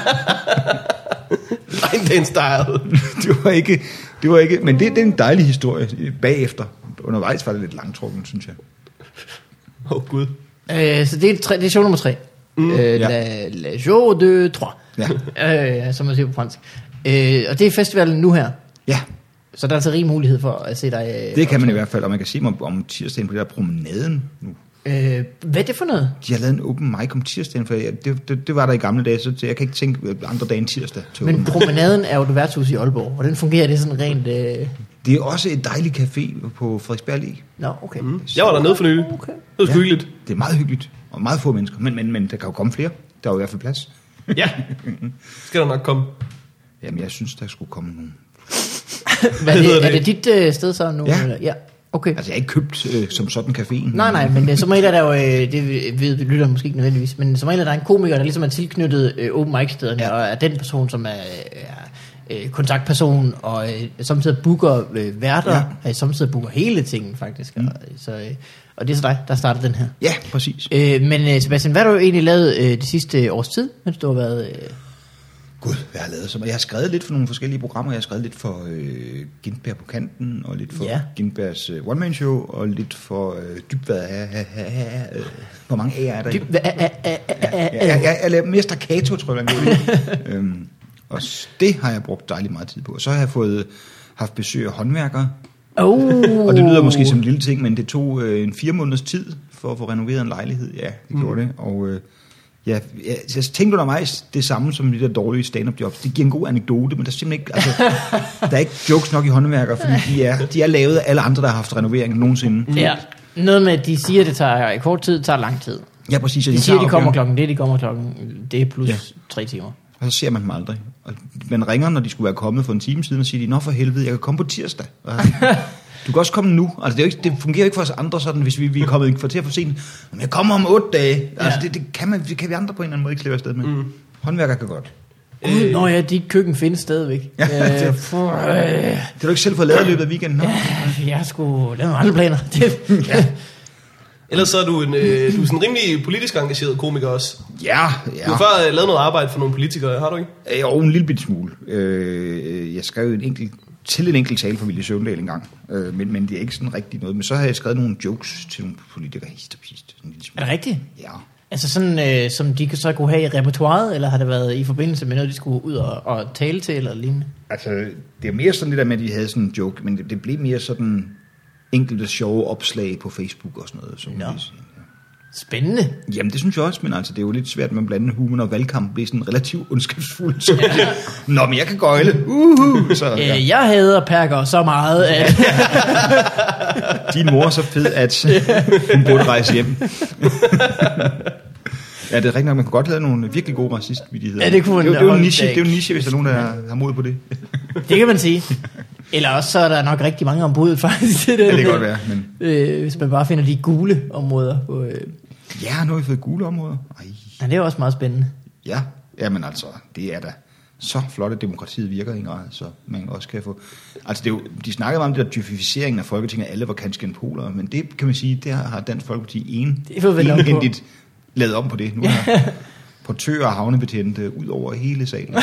A: Line dance style.
B: Det var ikke, det var ikke, men det, det er en dejlig historie øh, bagefter. Undervejs var det lidt langtrukken, synes jeg.
A: Åh oh, gud.
C: Øh, så det er, tre, det er show nummer tre. Mm. Øh,
B: Ja.
C: la, la show de trois.
B: Ja.
C: Øh, som man siger på fransk. Øh, og det er festivalen nu her.
B: Ja,
C: Så der er altså rig mulighed for at se dig. Øh,
B: Det kan man i hvert fald, og man kan se mig om tirsdagen på det der promenaden nu.
C: Øh, hvad er det for noget?
B: De har lavet en open mic om tirsdagen, for jeg, det, det, det, var der i gamle dage, så jeg kan ikke tænke øh, andre dage end tirsdag til open
C: Men
B: mic.
C: promenaden er jo et værtshus i Aalborg. Hvordan fungerer det sådan rent... Øh...
B: Det er også et dejligt café på Frederiksberg Allé.
C: Nå, okay. Mm.
A: Jeg var dernede for nylig.
C: Okay.
A: Det var sgu
B: Ja.
A: hyggeligt.
B: Det er meget hyggeligt, og meget få mennesker, men, men, men der kan jo komme flere. Der er jo i hvert fald plads.
A: Ja. Skal der nok komme.
B: Jamen, jeg synes, der skulle komme nogen.
C: Hvad er,
A: hedder
C: det, er
A: det?
C: det dit øh, sted så nu?
B: Ja.
C: Eller? ja. Okay.
B: Altså, jeg har ikke købt øh, som sådan caféen.
C: Nej, nej, men øh, som regel er der jo, øh, det ved lytter måske ikke nødvendigvis, men som regel er der en komiker, der ligesom er tilknyttet øh, open mic stederne, ja.
B: Ja.
C: og er den person, som er, er øh, kontaktperson, og øh, samtidig booker øh, værter, ja. øh, samtidig booker hele tingen faktisk. Mm. Og, så, øh, og det er så dig, der starter den her.
B: Ja, præcis.
C: Øh, men øh, Sebastian, hvad har du egentlig lavet øh, det sidste års tid, mens du har været... Øh,
B: Gud, hvad har jeg lavet så meget? Jeg har skrevet lidt for nogle forskellige programmer. Jeg har skrevet lidt for øh, Gintberg på kanten, og lidt for
C: Ja.
B: ja. Gintbergs øh, one-man-show, og lidt for øh, dybvad. Øh, øh, øh, øh, hvor mange A'er er der? i-
C: dyb, hva, a, a, a, a,
B: Ja,
C: a,
B: jeg,
C: a,
B: jeg, jeg lavede mere staccato, tror jeg, jeg øhm, og s- det har jeg brugt dejligt meget tid på. Og så har jeg fået haft besøg af håndværkere,
C: oh.
B: og det lyder måske som en lille ting, men det tog øh, en fire måneders tid for at få renoveret en lejlighed. Ja,
C: Mm.
B: det gjorde det. Og øh, ja, ja, så jeg tænkte undervejs det samme som de der dårlige stand-up jobs. Det giver en god anekdote, men der er simpelthen ikke, altså, der er ikke jokes nok i håndværkere, fordi de er, de er lavet af alle andre, der har haft renovering nogensinde.
C: Ja, noget med, at de siger, at det tager kort tid, tager lang tid.
B: Ja, præcis. så
C: De siger,
B: tager
C: de kommer
B: opgaven.
C: klokken det, de kommer klokken det er plus
B: Ja.
C: ja. tre timer.
B: Og så ser man dem aldrig. Og man ringer, når de skulle være kommet for en time siden, og siger de, nå for helvede, jeg kan komme på tirsdag. Og Du kan også komme nu. Altså, det, er jo ikke, det fungerer jo ikke for os andre sådan, hvis vi, vi er kommet et kvarter for sent. Men jeg kommer om otte dage. Altså,
C: Ja.
B: det, det, kan, man, det kan vi andre på en eller anden måde ikke slippe afsted med. Mm. Håndværker kan godt.
C: Øh. Nå ja, dit køkken findes stadigvæk.
B: Ja,
C: øh,
B: det-
C: for, øh,
B: Det har du ikke selv fået lavet i løbet af weekenden. Nå?
C: jeg skulle lave nogle andre planer. Det,
A: Ellers så er du en øh, du er sådan en rimelig politisk engageret komiker også.
B: Ja,
A: Du
B: ja.
A: har før øh, lavet noget arbejde for nogle politikere, har du ikke?
B: Øh, Jo, en lille bitte smule. Øh, jeg skrev en enkelt, til en enkelt tale for Ville Søvndal engang, øh, men, men det er ikke sådan rigtigt noget. Men så har jeg skrevet nogle jokes til nogle politikere, hist og pist. Sådan en lille
C: er
B: smule.
C: det rigtigt?
B: Ja.
C: Altså sådan, øh, som de så kunne have i repertoireet, eller har det været i forbindelse med noget, de skulle ud og, og tale til, eller lignende?
B: Altså, det er mere sådan det der med, at vi havde sådan en joke, men det, det blev mere sådan enkelte sjove opslag på Facebook og sådan noget. Så
C: Nå.
B: no.
C: Spændende.
B: Jamen, det synes jeg også, men altså, det er jo lidt svært med at blande humor og valgkamp bliver sådan relativt ondskabsfuldt. Så ja. Nå, men jeg kan gøjle. Uhu! Så ja.
C: Øh, jeg hader perker så meget, at
B: din mor er så fed, at hun burde rejse hjem. ja, det er rigtigt nok, man kunne godt lave nogle virkelig gode racistvidigheder.
C: Ja, det kunne man
B: det, er jo- det, er jo en
C: holde
B: niche,
C: da
B: det er jo en
C: ikke.
B: niche, hvis der er nogen, der har mod på det.
C: det kan man sige. Eller også så er der nok rigtig mange ombud faktisk. Til det,
B: Ja, det kan godt være, men-
C: Øh, hvis man bare finder de gule områder. På, øh.
B: Ja, nu har vi fået gule områder. Ej.
C: Ja, det er også meget spændende.
B: Ja, jamen altså, det er da så flot, at demokratiet virker i en grad, så man også kan få... Altså, det er jo, de snakkede meget om det der djøfificeringen af Folketinget, alle var kanskjenpolere, men det kan man sige, der har Dansk Folkeparti en,
C: Det får vi lavet om på.
B: enhændigt lavet om på det. Nu er portører og havnebetjente ud over hele salen.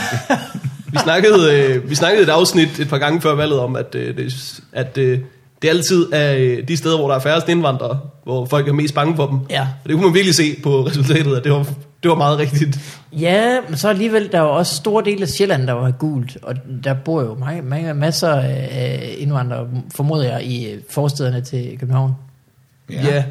A: Vi snakkede, øh, vi snakkede et afsnit et par gange før valget om, at, øh, det, at øh, Det er altid øh, de steder, hvor der er færrest indvandrere, hvor folk er mest bange for dem.
C: Ja.
A: Og det kunne man virkelig se på resultatet, at det var, det var meget rigtigt.
C: Ja, men så alligevel, der er jo også store dele af Sjælland, der var gult, og der bor jo mange, mange, masser af indvandrere, formoder jeg, i øh, forstederne til København.
A: ja.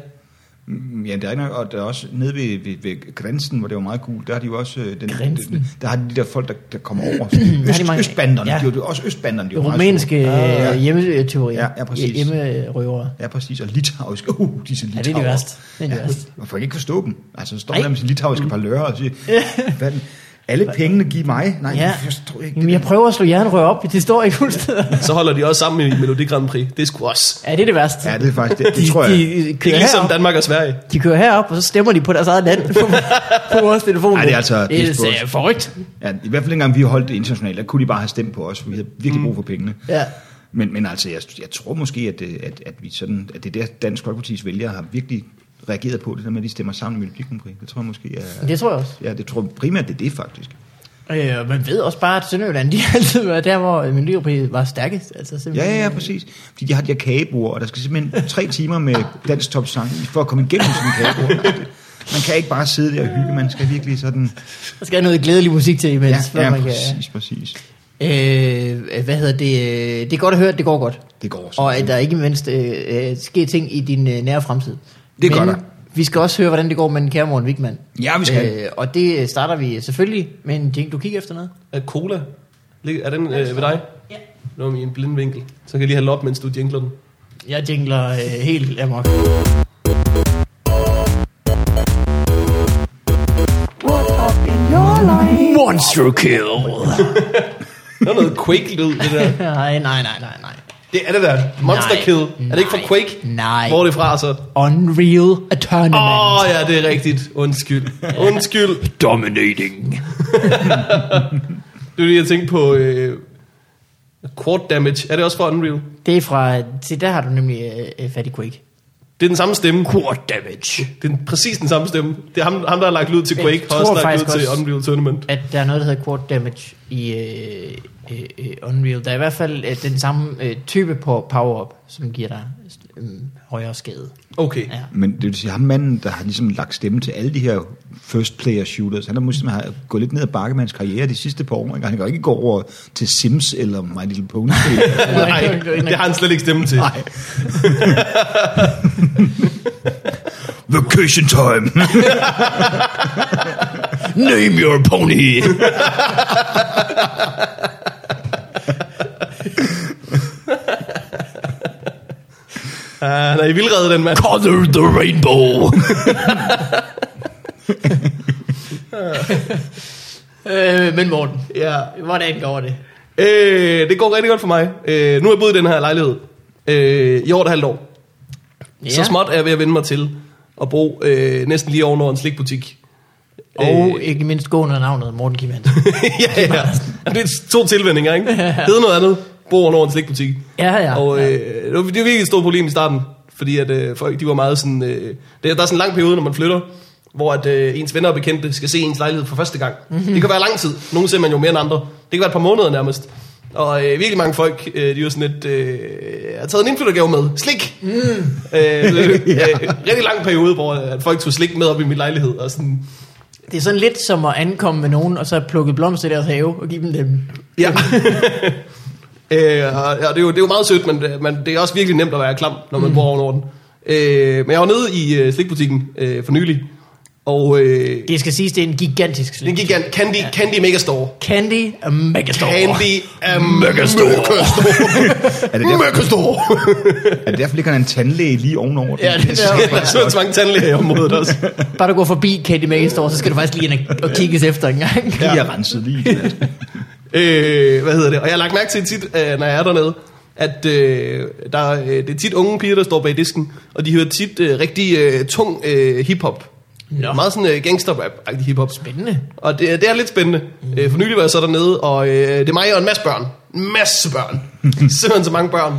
B: Mm, Ja, der er ikke nok, og der er også nede ved, ved, ved grænsen, hvor det var meget gult, der har de jo også... øh, Den,
C: Grænsen?
B: Den, der har de de der folk, der, der kommer over. Øst,
C: de mange-
B: østbanderne,
C: ja.
B: ja. de, er jo- også østbanderne, de er jo meget
C: Rumænske øh,
B: store.
C: ja. hjemmetyverier.
B: Ja, ja, præcis.
C: Hjemmerøvere.
B: Ja, præcis. Og litauiske. Uh, disse
C: Ja,
B: litauer.
C: det er det værste. Det er det værste.
B: Man får ikke forstå dem. Altså, så står
C: Nej.
B: der med sin litauiske parlører og siger, hvad den, alle pengene giv mig. Nej,
C: Ja.
B: jeg forstår ikke
C: Jamen, jeg prøver at slå jernrør op, det står ikke fuldstændig.
A: Så holder de også sammen i Melodi Grand Prix. Det er sgu også.
C: Ja, det er det værste.
B: Ja, det er faktisk det, det tror jeg.
C: de, de,
A: Det er
C: kører
A: ikke ligesom
C: herop,
A: Danmark og Sverige.
C: de kører herop, og så stemmer de på deres eget land på, på vores telefon.
B: Ej, det er altså-
C: Det
B: det er
C: er øh, forrygt.
B: Ja, I hvert fald dengang vi holdt det internationalt, der kunne de bare have stemt på os, for vi havde virkelig
C: Mm.
B: brug for pengene.
C: Ja.
B: Men, men altså, jeg, jeg tror måske, at, det- at, at, vi sådan, at det der Dansk Folkepartis vælgere har virkelig reageret på, det der med, at de stemmer sammen i Melodi Grand Prix. Det tror jeg måske er...
C: Det tror jeg også.
B: Ja, det tror jeg primært, det er det faktisk.
C: Øh, man ved også bare, at Sønderjylland, de har altid været der, hvor øh, Miljøpartiet var stærkest. Altså,
B: Ja,
C: simpelthen.
B: ja, ja, præcis. Fordi de har de her kagebord, og der skal simpelthen tre timer med dansk topsang for at komme igennem sådan en kagebord. Man kan ikke bare sidde der og hygge, man skal virkelig sådan...
C: Der skal noget glædelig musik til
B: Ja,
C: imens, før
B: ja
C: man
B: præcis, præcis.
C: kan... Øh, hvad hedder det? øh, Det er godt at høre, at det går godt.
B: Det går så.
C: Og at der ikke mindst øh, øh, sker ting i din øh, nære fremtid.
B: Det gør
C: Men
B: der.
C: Vi skal også høre, hvordan det går med den kære Morten Wigman.
B: Ja, vi skal.
C: Øh, og det starter vi selvfølgelig med en ting, du kigger efter noget.
A: Er cola? Lig- Er den øh, ved dig? Ja. Nu er min blind vinkel. Så kan jeg lige have op, mens du jingler den.
C: Jeg jingler øh, helt amok.
D: What up in your life?
C: Monster kill!
A: Det var noget Quake-lyd, det der.
C: nej, nej, nej, nej, nej.
A: Det er det der. Monster
C: Nej.
A: Kill. Er det ikke
C: Nej.
A: fra Quake?
C: Nej.
A: Hvor er det fra så?
C: Unreal a Tournament.
A: Åh, oh, ja, det er rigtigt. Undskyld. Undskyld.
C: Dominating.
A: Det er lige, jeg tænkte på... Øh, quad Damage. Er det også fra Unreal?
C: Det er fra... Se, der har du nemlig øh, øh, fat i Quake.
A: Det er den samme stemme.
C: Quad damage.
A: Det er præcis den samme stemme. Det er ham, ham der har lagt lyd til
C: Jeg
A: Quake, har
C: tror
A: også lagt
C: faktisk
A: lyd til
C: også-
A: Unreal Tournament.
C: At der er noget, der hedder quad damage i øh, øh, øh, Unreal. Der er i hvert fald øh, den samme øh, type på power-up, som giver dig øh, højere skade.
A: Okay.
C: Ja.
B: Men det vil sige, ham manden, der har ligesom lagt stemme til alle de her first player shooters, han har måske har gået lidt ned ad bakke med hans karriere de sidste par år. Ikke? Han kan jo ikke gå over til Sims eller My Little Pony.
A: Nej, det har han slet ikke stemme til.
B: Nej. Vacation time. Name your pony.
A: Uh, han er i vildrede, den mand.
B: Color the rainbow.
C: Øh, men Morten,
A: Ja.
C: hvordan går det?
A: Øh, det går rigtig godt for mig. Øh, nu er jeg boet i den her lejlighed øh, i over et halvt år. Ja. Så småt er jeg ved at vende mig til at bo øh, næsten lige ovenover en slikbutik.
C: Og
A: Øh,
C: ikke mindst gå under navnet Morten Kim Hansen.
A: ja, ja. Det er to tilvændinger, ikke? Hed noget andet. Bo ovenover en slikbutik.
C: Ja, ja.
A: Og øh, det var det var virkelig et stort problem i starten, fordi at øh, folk, de var meget sådan... Øh, der, der er sådan en lang periode, når man flytter, hvor at, øh, ens venner og bekendte skal se ens lejlighed for første gang.
C: Mhm.
A: Mm-hmm. Det kan være lang tid. Nogle ser man jo mere end andre. Det kan være et par måneder nærmest. Og øh, virkelig mange folk, øh, de var sådan lidt... Øh, har taget en indflyttergave med. Slik! Mm. Øh, så, øh, rigtig lang periode, hvor at folk tog slik med op i min lejlighed. Og sådan,
C: Det er sådan lidt som at ankomme med nogen, og så plukke blomster i deres have og give dem dem.
A: Ja. øh, og, og det, er jo, det er jo meget sødt, men, det- men det er også virkelig nemt at være klam, når man mm. bor ovenover den. Øh, men jeg var nede i øh, slikbutikken øh, for nylig, og øh,
C: Det skal siges, det er en
A: den
C: gigantisk slik.
A: gik an Candy, ja. Candy Megastore.
C: Candy og Megastore.
A: Candy um, Megastore.
B: er, det derfor,
A: Megastore.
B: er det derfor, ligger der en tandlæge lige ovenover den?
C: Ja, det er
A: der er sådan mange tandlæger i området også.
C: Bare du går forbi Candy Megastore, så skal du faktisk lige ind og- og kigges efter en gang.
B: Lige er renset lige. i glasset.
A: Øh, hvad hedder det? Og jeg har lagt mærke til tit, øh, når jeg er dernede, at øh, der, øh, det er tit unge piger, der står bag disken, og de hører tit øh, rigtig øh, tung øh, hiphop.
C: Nå.
A: Meget sådan øh, gangster-rap-agtig hiphop.
C: Spændende. Mhm.
A: Og det, det er lidt spændende. Mm. For nylig var jeg så dernede, og øh, det er mig og en masse børn. En masse børn. Simpelthen så mange børn.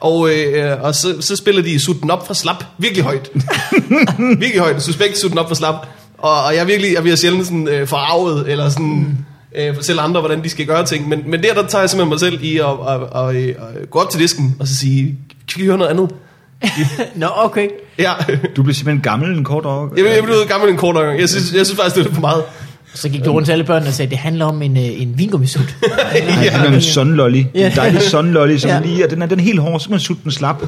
A: Og, øh, og så, så spiller de Sutten op fra slap. Virkelig højt. virkelig højt. Suspekt Sutten op fra slap. Og, og jeg, er virkelig, jeg bliver sjældent sådan, øh, forarvet, eller sådan... Øh, fortælle andre, hvordan de skal gøre ting. Men, men der, der tager jeg simpelthen mig selv i at, at, at, at, at gå op til disken og så sige, skal I høre noget andet?
C: Nå, okay.
A: Ja,
B: Du bliver simpelthen gammel en kort år.
A: jeg, jeg blev gammel en kort gang. Jeg synes, jeg synes faktisk, det er lidt for meget.
C: Så gik du rundt til alle børnene og sagde, det handler om en, øh, en vingummisut.
B: Nej,
C: Ja.
B: ja. han er en sunlolly. Ja.
C: Ja.
B: En dejlig sunlolly, som
C: Ja.
B: ja. lige er, den er, den er helt hård, så kan man sutte den slap.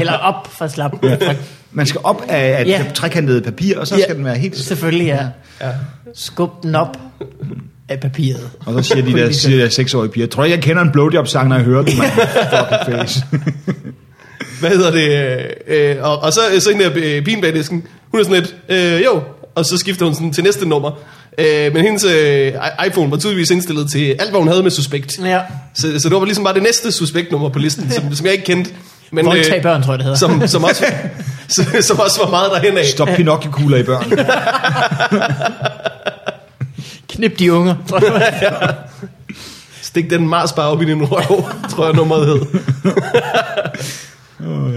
C: Eller op fra slap. Ja.
B: Man skal op af et
C: Ja.
B: ja. trekantet papir, og så
C: Ja.
B: ja. skal den være helt...
C: Selvfølgelig, ja.
A: Ja.
C: Skub den op af papiret.
B: Og så siger de der, siger de der seksårige piger, tror jeg, jeg kender en blowjob-sang, når jeg hører den, man. Fucking face.
A: Hvad hedder det? Øh, og, og så, så hende der øh, pigen bag disken, hun er sådan lidt, øh, jo, og så skifter hun sådan til næste nummer. Øh, men hendes øh, i- iPhone var tydeligvis indstillet til alt, hvad hun havde med suspekt.
C: Ja.
A: Så, så det var ligesom bare det næste suspektnummer på listen, som, som jeg ikke kendte. Men, øh,
C: Voldtag børn, tror jeg, det hedder.
A: som, som, også, som, som også var meget derhen af.
B: Stop Pinocchio-kugler i børn.
C: Knip de unger, tror jeg.
A: Stik den Mars bare op i din røv, tror jeg nummeret hed.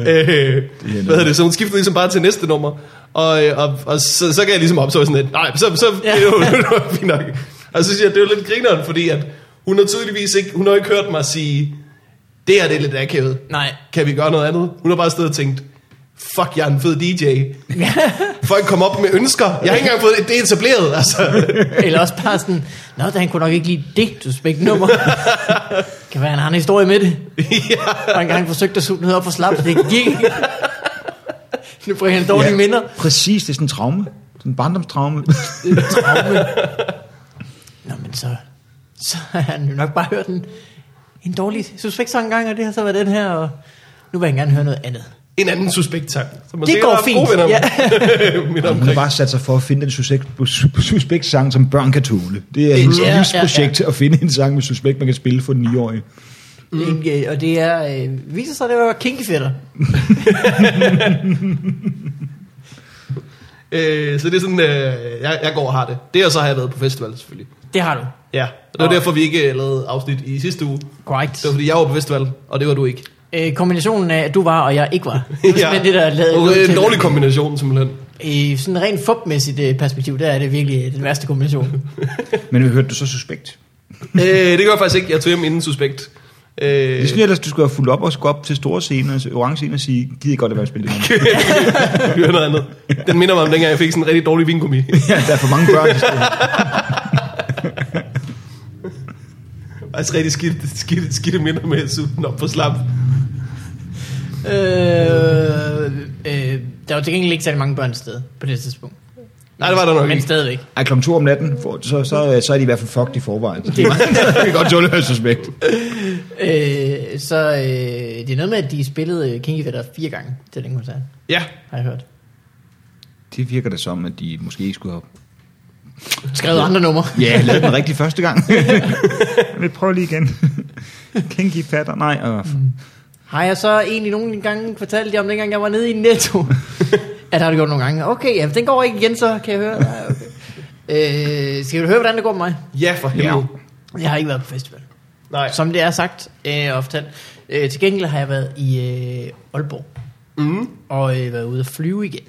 A: øh, hvad hedder det? Så hun skiftede ligesom bare til næste nummer. Og, øh, og, og så, så kan jeg ligesom op, så var jeg sådan lidt, nej, så, så det er jo det var fint nok. Og så siger jeg, det er jo lidt grineren, fordi at hun har tydeligvis ikke, hun har ikke hørt mig sige, det her det er lidt akavet.
C: Nej.
A: Kan vi gøre noget andet? Hun har bare stået og tænkt, fuck, jeg er en fed DJ. Folk kom op med ønsker. Jeg har ikke engang fået det, det er etableret, altså.
C: Eller også bare sådan, nå, da han kunne nok ikke lide det suspektnummer. kan være, han har en historie med det.
A: ja.
C: Og engang forsøgte at suge den op for slap, det gik ikke. Nu bringer han dårlige ja. minder.
B: Præcis, det er sådan en traume. Sådan en barndomstraume.
C: Traume. Nå, men så, så har han jo nok bare hørt en, en dårlig suspektsang engang, og det har så været den her, og nu vil han gerne høre noget andet.
A: en anden suspekt sang. Så man
C: Det
A: sikkert
C: går
A: har haft
C: fint,
A: Gode venner ja. midt
B: Hun har
A: omkring.
B: bare sat sig for at finde en suspekt, suspekt sang, som børn kan tåle. Det er hendes
C: Ja, ja, ja.
B: livsprojekt at finde en sang med suspekt, man kan spille for den 9-årige.
C: Mm. Det, og det er, øh, viser sig, at det var kinkefætter.
A: Øh, så det er sådan, øh, jeg, jeg går og har det. Det og så har jeg været på festival selvfølgelig.
C: Det har du.
A: Ja, og det var
C: Nå.
A: derfor, vi ikke øh, lavede afsnit i sidste uge.
C: Correct.
A: Det var fordi, jeg var på festival, og det var du ikke.
C: Øh, kombinationen af, at du var, og jeg ikke var. Det var ja. det, der lavede
A: Og,
C: noget
A: øh,
C: til
A: en dårlig
C: det.
A: kombination, simpelthen.
C: I sådan en rent fupmæssigt øh, perspektiv, der er det virkelig øh, den værste kombination.
B: Men hørte du så suspekt?
A: øh, det gør jeg faktisk ikke. Jeg tog hjem inden suspekt. Øh,
B: Det synes jeg ellers, du skulle have fulgt op og skulle op til store scene, altså orange scene og sige, gider I godt at være spillet det her?"
A: hører noget andet. Den minder mig om dengang, jeg fik sådan en rigtig dårlig vinkummi.
B: ja, der er for mange børn. i skolen.
A: faktisk rigtig skidt, skidt, skidt minder med at suge den op på slap.
C: Øh, øh, der var til gengæld ikke særlig mange børn sted på det tidspunkt.
A: Nej, det var der nok
C: Men
A: ikke.
C: stadigvæk.
B: Ej, klokken to om natten, for, så, så, så er de i hvert fald fucked i forvejen. Så
C: Det-
B: det er godt tåle at høre suspekt.
C: Øh, så øh, det er noget med, at de spillede øh, King Fetter fire gange til den koncert,
A: Ja,
C: har jeg hørt.
B: Det virker da som, at de måske ikke skulle have...
C: Skrevet andre numre.
B: Ja, lavet den rigtig første gang. Men prøv lige igen. Kinky fatter, nej. Og...
C: Har jeg så egentlig nogle gange fortalt jer om dengang, jeg var nede i Netto? ja, det har du gjort nogle gange. Okay, ja, den går ikke igen, så kan jeg høre. Nej, okay. øh, skal du høre, hvordan det går med mig?
A: ja for helvede. Ja.
C: Jeg har ikke været på festival.
A: Nej.
C: Som det er sagt øh, ofte. Øh, til gengæld har jeg været i øh, Aalborg
A: Mm.
C: og øh, været ude at flyve igen.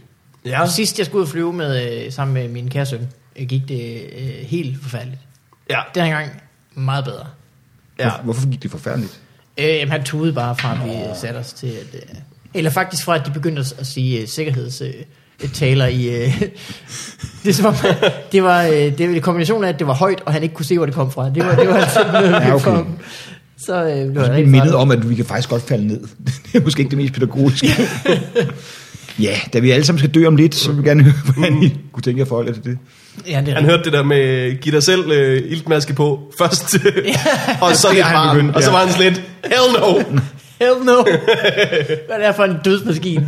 A: Ja.
C: Og sidst jeg skulle ud og flyve med, øh, sammen med min kære søn, øh, gik det øh, helt forfærdeligt.
A: Ja.
C: Den her gang meget bedre.
A: Ja.
B: Hvorfor gik det forfærdeligt?
C: Øh, jamen, han tudede bare fra, at vi øh, satte os til at... Øh, eller faktisk fra, at de begyndte at, at sige øh, sikkerhedstaler øh, taler i... Øh, det, er som om, det var øh, det, var en kombination af, at det var højt, og han ikke kunne se, hvor det kom fra. Det var, det var altid noget,
B: Ja, okay.
C: for ham. Så øh, blev
B: Og
C: han
B: så
C: rigtig
B: blev mindet
C: farlig.
B: om, at vi kan faktisk godt falde ned. Det er måske ikke det mest pædagogiske. ja, da vi alle sammen skal dø om lidt, så vil vi gerne høre, hvordan I kunne tænke jer for til det.
C: Ja, det er
A: Han hørte det der med, giv dig selv øh, iltmaske på først, og så
B: Det
A: lidt
B: har han
A: varm,
B: begyndt,
A: og så
B: ja.
A: var han sådan lidt, hell no.
C: Hell no. Hvad er det for en dødsmaskine?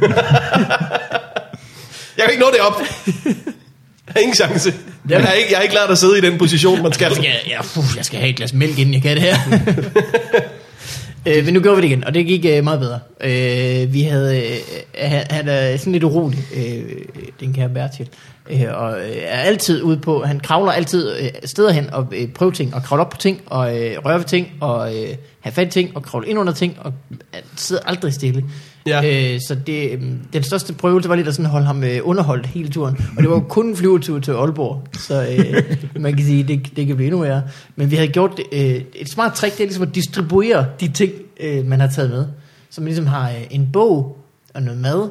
A: Jeg kan ikke nå det op. Jeg har ingen chance. Jeg har ikke, jeg har ikke lært at sidde i den position, man skal.
C: Jeg skal, ja, puh, jeg skal have et glas mælk, inden jeg kan det her. øh, men nu gjorde vi det igen, og det gik øh, meget bedre. Øh, vi havde, øh, han, han er sådan lidt urolig, øh, den kære Bertil, øh, og øh, er altid ude på, han kravler altid øh, steder hen og øh, prøver ting, og kravler op på ting, og øh, rører ved ting, og øh, have fat i ting, og kravler ind under ting, og øh, sidder aldrig stille.
A: Ja.
C: Øh, Øh, så det, øh, den største prøvelse var lidt at sådan holde ham øh, underholdt hele turen. Og det var jo kun en flyvetur til Aalborg, så øh, man kan sige, det, det kan blive endnu værre. Men vi havde gjort øh, et smart trick, det er ligesom at distribuere de ting, øh, man har taget med. Så man ligesom har øh, en bog, og noget mad,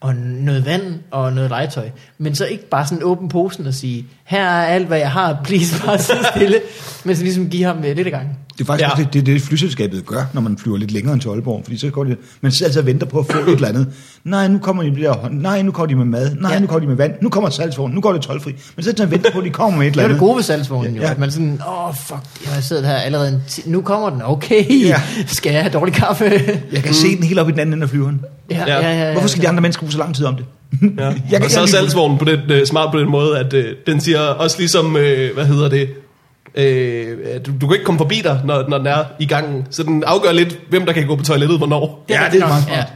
C: og noget vand, og noget legetøj. Men så ikke bare sådan åbne posen og sige, her er alt, hvad jeg har, please bare sidde stille. men så ligesom give ham øh, lidt i gang.
B: Det er faktisk
A: Ja.
B: ja. også det, det, det, flyselskabet gør, når man flyver lidt længere end til Aalborg. Fordi så går det, man sidder altid og venter på at få et eller andet. Nej, nu kommer de med det der hånd. Nej, nu kommer de med mad. Nej,
C: Ja.
B: ja. nu kommer de med vand. Nu kommer salgsvogn. Nu går det tolvfri. Man sidder og venter på, at de kommer med et
C: Det
B: eller
C: var
B: andet.
C: det gode ved salgsvognen jo,
B: Ja.
C: at man sådan, åh oh, fuck, jeg har siddet her allerede en ti- nu kommer den, okay,
B: Ja.
C: skal jeg have dårlig kaffe? ja,
B: Jeg kan mm. se den helt op i den anden ende af flyveren.
A: Ja.
C: ja, ja, ja.
B: Hvorfor skal de andre mennesker bruge så lang tid om det?
A: Ja.
B: Jeg kan
A: og så er
B: ikke lide-
A: salgsvognen på den, øh, smart på den måde, at øh, den siger også ligesom, øh, hvad hedder det, øh, at du, du kan ikke komme forbi dig, når, når den er i gangen. Så den afgør lidt, hvem der kan gå på toilettet, hvornår.
B: Ja,
C: rigtig
B: det er
C: nok,
B: meget smart.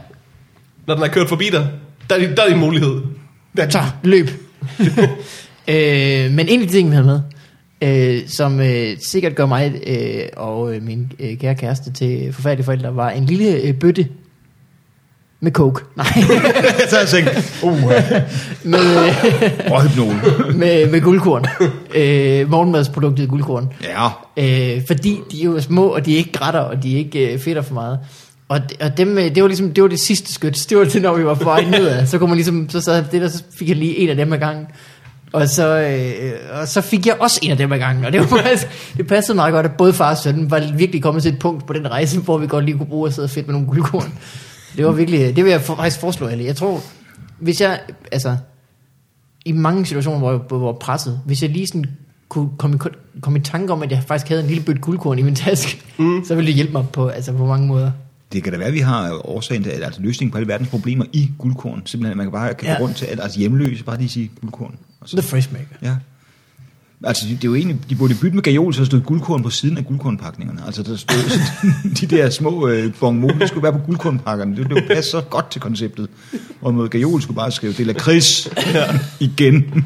A: Når den er kørt forbi dig, der er, der er din mulighed.
C: Ja. Så, løb. øh, men en af de ting, vi havde med, øh, som øh, sikkert gør mig øh, og øh, min øh, kære kæreste til forfærdelige forældre, var en lille øh, bøtte med coke. Nej,
B: Så har jeg tænkt, uh,
C: med, øh,
B: røghypnol.
C: med, med guldkorn. Øh, morgenmadsproduktet guldkorn.
B: Ja,
C: Øh, fordi de er jo små, og de er ikke grætter, og de er ikke øh, fedter for meget. Og, d- og dem, øh, det var ligesom, det var det sidste skyt. Det var det, når vi var på vej nedad. Så kunne man ligesom, så sad jeg på det der, så fik jeg lige en af dem ad gangen. Og så, øh, og så fik jeg også en af dem ad gangen. Og det, var faktisk, det passede meget godt, at både far og søn var virkelig kommet til et punkt på den rejse, hvor vi godt lige kunne bruge at sidde og fedt med nogle guldkorn. Det var virkelig, øh, det vil jeg for, faktisk foreslå alle. Jeg tror, hvis jeg, altså, i mange situationer, hvor jeg hvor jeg var presset, hvis jeg lige sådan kunne komme i, kun- komme i tanke om, at jeg faktisk havde en lille bødt guldkorn i min taske, mm. så ville det hjælpe mig på, altså på mange måder.
B: Det kan da være, at vi har årsagen til, altså løsningen på alle verdens problemer i guldkorn. Simpelthen, at man kan bare kan
C: Ja.
B: gå rundt til, at altså hjemløse bare lige sige guldkorn. Og
C: The
B: så,
C: Fresh Maker.
B: ja. Altså, det er jo egentlig, de burde bytte med gajol, så der stod guldkorn på siden af guldkornpakningerne. Altså, der stod sådan, de der små øh, bonbon, de skulle være på guldkornpakkerne. Det, det passer så godt til konceptet. Og med gajol skulle bare skrive, det er lakrids igen.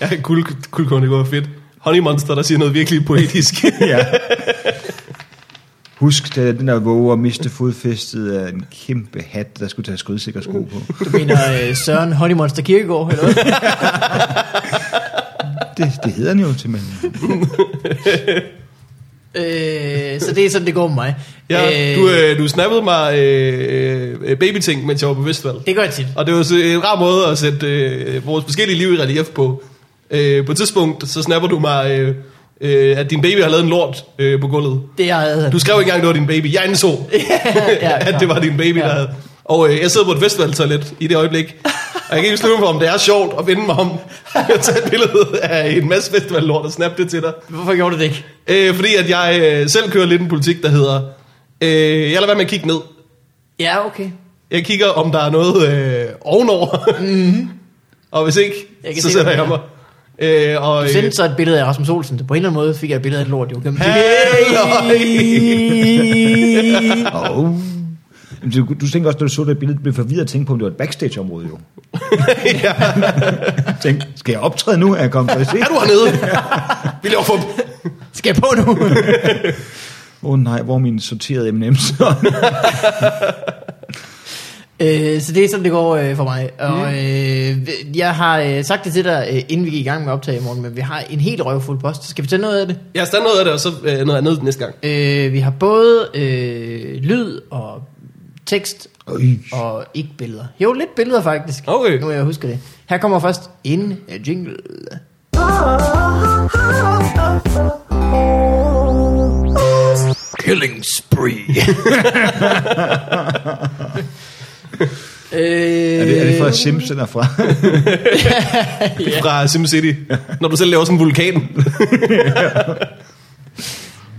A: Ja, kul, kulkorn, det går fedt. Honey Monster, der siger noget virkelig poetisk.
B: ja. Husk, da den der våger miste fodfæstet af en kæmpe hat, der skulle tage skudsikker sko på.
C: Du mener øh, Søren Honeymonster Kirkegaard, eller hvad?
B: Det, det hedder den jo til men
C: øh, Så det er sådan, det går med mig.
A: ja, du, øh, du snappede mig øh, øh, babyting, mens jeg var på Vestfald.
C: Det gør jeg tit.
A: Og det var så en rar måde at sætte øh, vores forskellige liv i relief på. Øh, på et tidspunkt, så snapper du mig, øh, øh, at din baby har lavet en lort øh, på gulvet.
C: Det jeg havde.
A: Du skrev ikke engang, det var din baby. Jeg indså,
C: ja,
A: at det var din baby,
C: Ja.
A: der havde. Og øh, jeg sidder på et festivaltoilet i det øjeblik. Og jeg kan ikke beslutte mig, om det er sjovt at vende mig om. Jeg tager et billede af en masse festivallort og snappe det til dig.
C: Hvorfor gjorde du det ikke?
A: Øh, fordi at jeg øh, selv kører lidt en politik, der hedder... Øh, jeg lader være med at kigge ned.
C: Ja, okay.
A: Jeg kigger, om der er noget øh, ovenover. Mm-hmm. og hvis ikke,
C: Mhm. Jeg kan
A: så
C: se,
A: sætter
C: hvad
A: jeg
C: det
A: mig. Øh, og,
C: Du
A: øh,
C: sendte så et billede af Rasmus Olsen. Så på en eller anden måde fik jeg et billede af et lort, jo. Gennem
A: øh, Hey!
B: Oh. Jamen, Du, du tænker også, da du så det billede, du blev forvirret og tænkte på, om det var et backstage-område jo.
A: ja.
B: Tænk, skal jeg optræde nu? Er jeg kommet for at se?
A: Er du hernede? Vi laver fup.
C: Skal jeg på nu?
B: Åh oh, nej, hvor er mine sorterede M&M's?
C: Øh, så det er sådan, det går øh, for mig.
B: Mm.
C: Og øh, jeg har øh, sagt det til dig, øh, inden vi gik i gang med optag i morgen, men vi har en helt røvfuld post. Skal vi tage noget af det?
A: Jeg har noget af det, og så øh, noget andet næste gang.
C: Øh, vi har både øh, lyd og tekst
B: Øj.
C: og ikke billeder. Jo, lidt billeder faktisk.
A: Okay.
C: Nu må jeg huske det. Her kommer først en øh, jingle.
D: Ah, oh,
C: Killing spree. øh,
B: er, det, er det fra Sims eller fra?
A: Det er fra SimCity. Når du selv laver sådan en vulkan.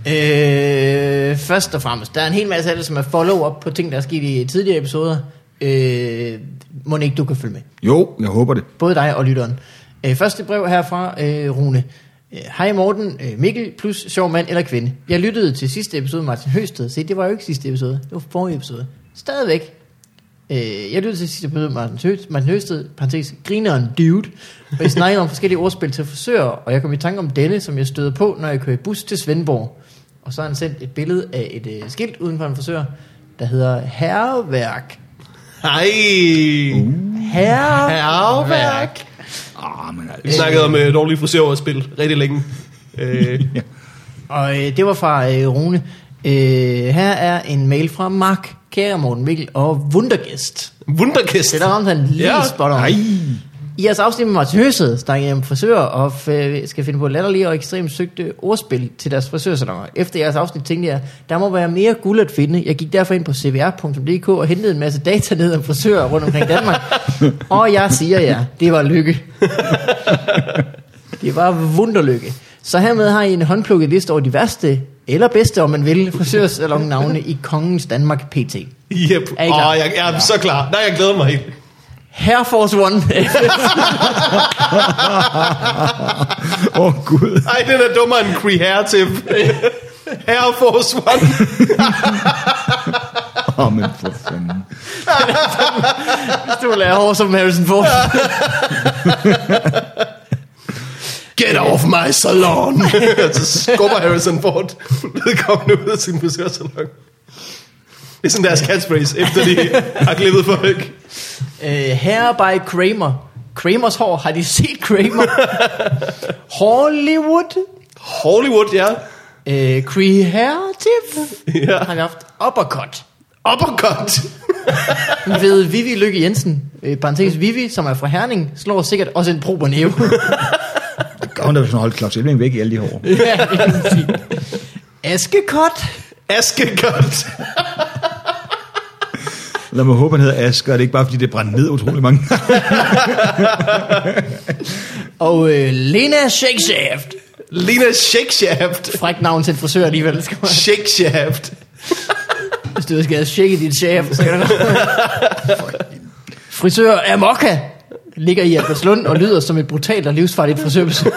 C: Øh, først og fremmest, der er en hel masse af det, som er follow-up på ting, der er sket i tidligere episoder. Øh, må ikke du kan følge med.
B: jo, jeg håber det.
C: Både dig og lytteren. Øh, første brev herfra, øh, Rune. Øh, Hej Morten, øh, Mikkel plus sjov mand eller kvinde. Jeg lyttede til sidste episode med Martin Høsted. Se, det var jo ikke sidste episode. Det var forrige episode. Stadigvæk. Øh, jeg lyttede til sidste episode med Martin, Høst, Martin Høsted, parentes, grineren dude. Og I snakkede om forskellige ordspil til frisører, og jeg kom i tanke om denne, som jeg støder på, når jeg kører i bus til Svendborg. Og så har han sendt et billede af et øh, skilt uden for en frisør, der hedder herreværk.
A: Hej.
C: Herreværk.
A: Herreværk.
B: Ah, men
A: Vi
B: altså.
A: snakkede om øh, dårlige frisører og spil rigtig længe. Øh,
C: Og øh, det var fra øh, Rune. Øh, her er en mail fra Mark, kære Morten Mikkel og Wundergæst.
A: Wunderkist.
C: Det der ramte han lige
A: Ja.
C: ja. spot on.
B: Nej.
C: I jeres afsnit med Martin Høsted snakker jeg om frisører og f- skal finde på latterlige og ekstremt søgte ordspil til deres frisørsalonger. Efter jeres afsnit tænkte jeg, der må være mere guld at finde. Jeg gik derfor ind på cvr.dk og hentede en masse data ned om frisører rundt omkring Danmark. og jeg siger jer, det var lykke. Det var wunderlykke. Så hermed har I en håndplukket liste over de værste, eller bedste om man vil, frisørsalonnavne i kongens Danmark PT.
A: Yep. Åh,
C: Er I klar?
A: jeg, jeg er ja. så klar. Nej, jeg glæder mig helt.
C: Air Force One.
B: Åh, oh, Gud.
A: Ej, den er dummere end Cree Hair Tip. Air Force One.
B: Åh, oh, men for fanden.
C: du vil lære hår som Harrison Ford.
A: Get off my salon. så skubber Harrison Ford vedkommende ud af sin frisørsalon. Det er sådan deres catchphrase, efter de har klippet folk.
C: Uh, Hair by Kramer. Kramers hår, har de set Kramer? Hollywood.
A: Hollywood, ja.
C: Uh, Cree Hair Tip.
A: ja.
C: Har vi haft Uppercut.
A: Uppercut.
C: Ved Vivi Lykke Jensen, uh, parentes Vivi, som er fra Herning, slår sikkert også en prober næve.
B: Det gør hun da, hvis hun holdt Claus Elving væk i alle de her år.
C: Ja, det kan man sige. Askekot.
A: Askecut.
B: Lad mig håbe, han hedder Asger, og det er ikke bare, fordi det brændte ned utrolig mange gange.
C: Og øh, Lena Shakeshaft.
A: Lena Shakeshaft.
C: Fræk navn til en frisør alligevel. Skal man,
A: Shakeshaft.
C: hvis du skal have shaket dit shaft, så kan du Frisør Amokka ligger i Albertslund og lyder som et brutalt og livsfarligt frisørbesøg.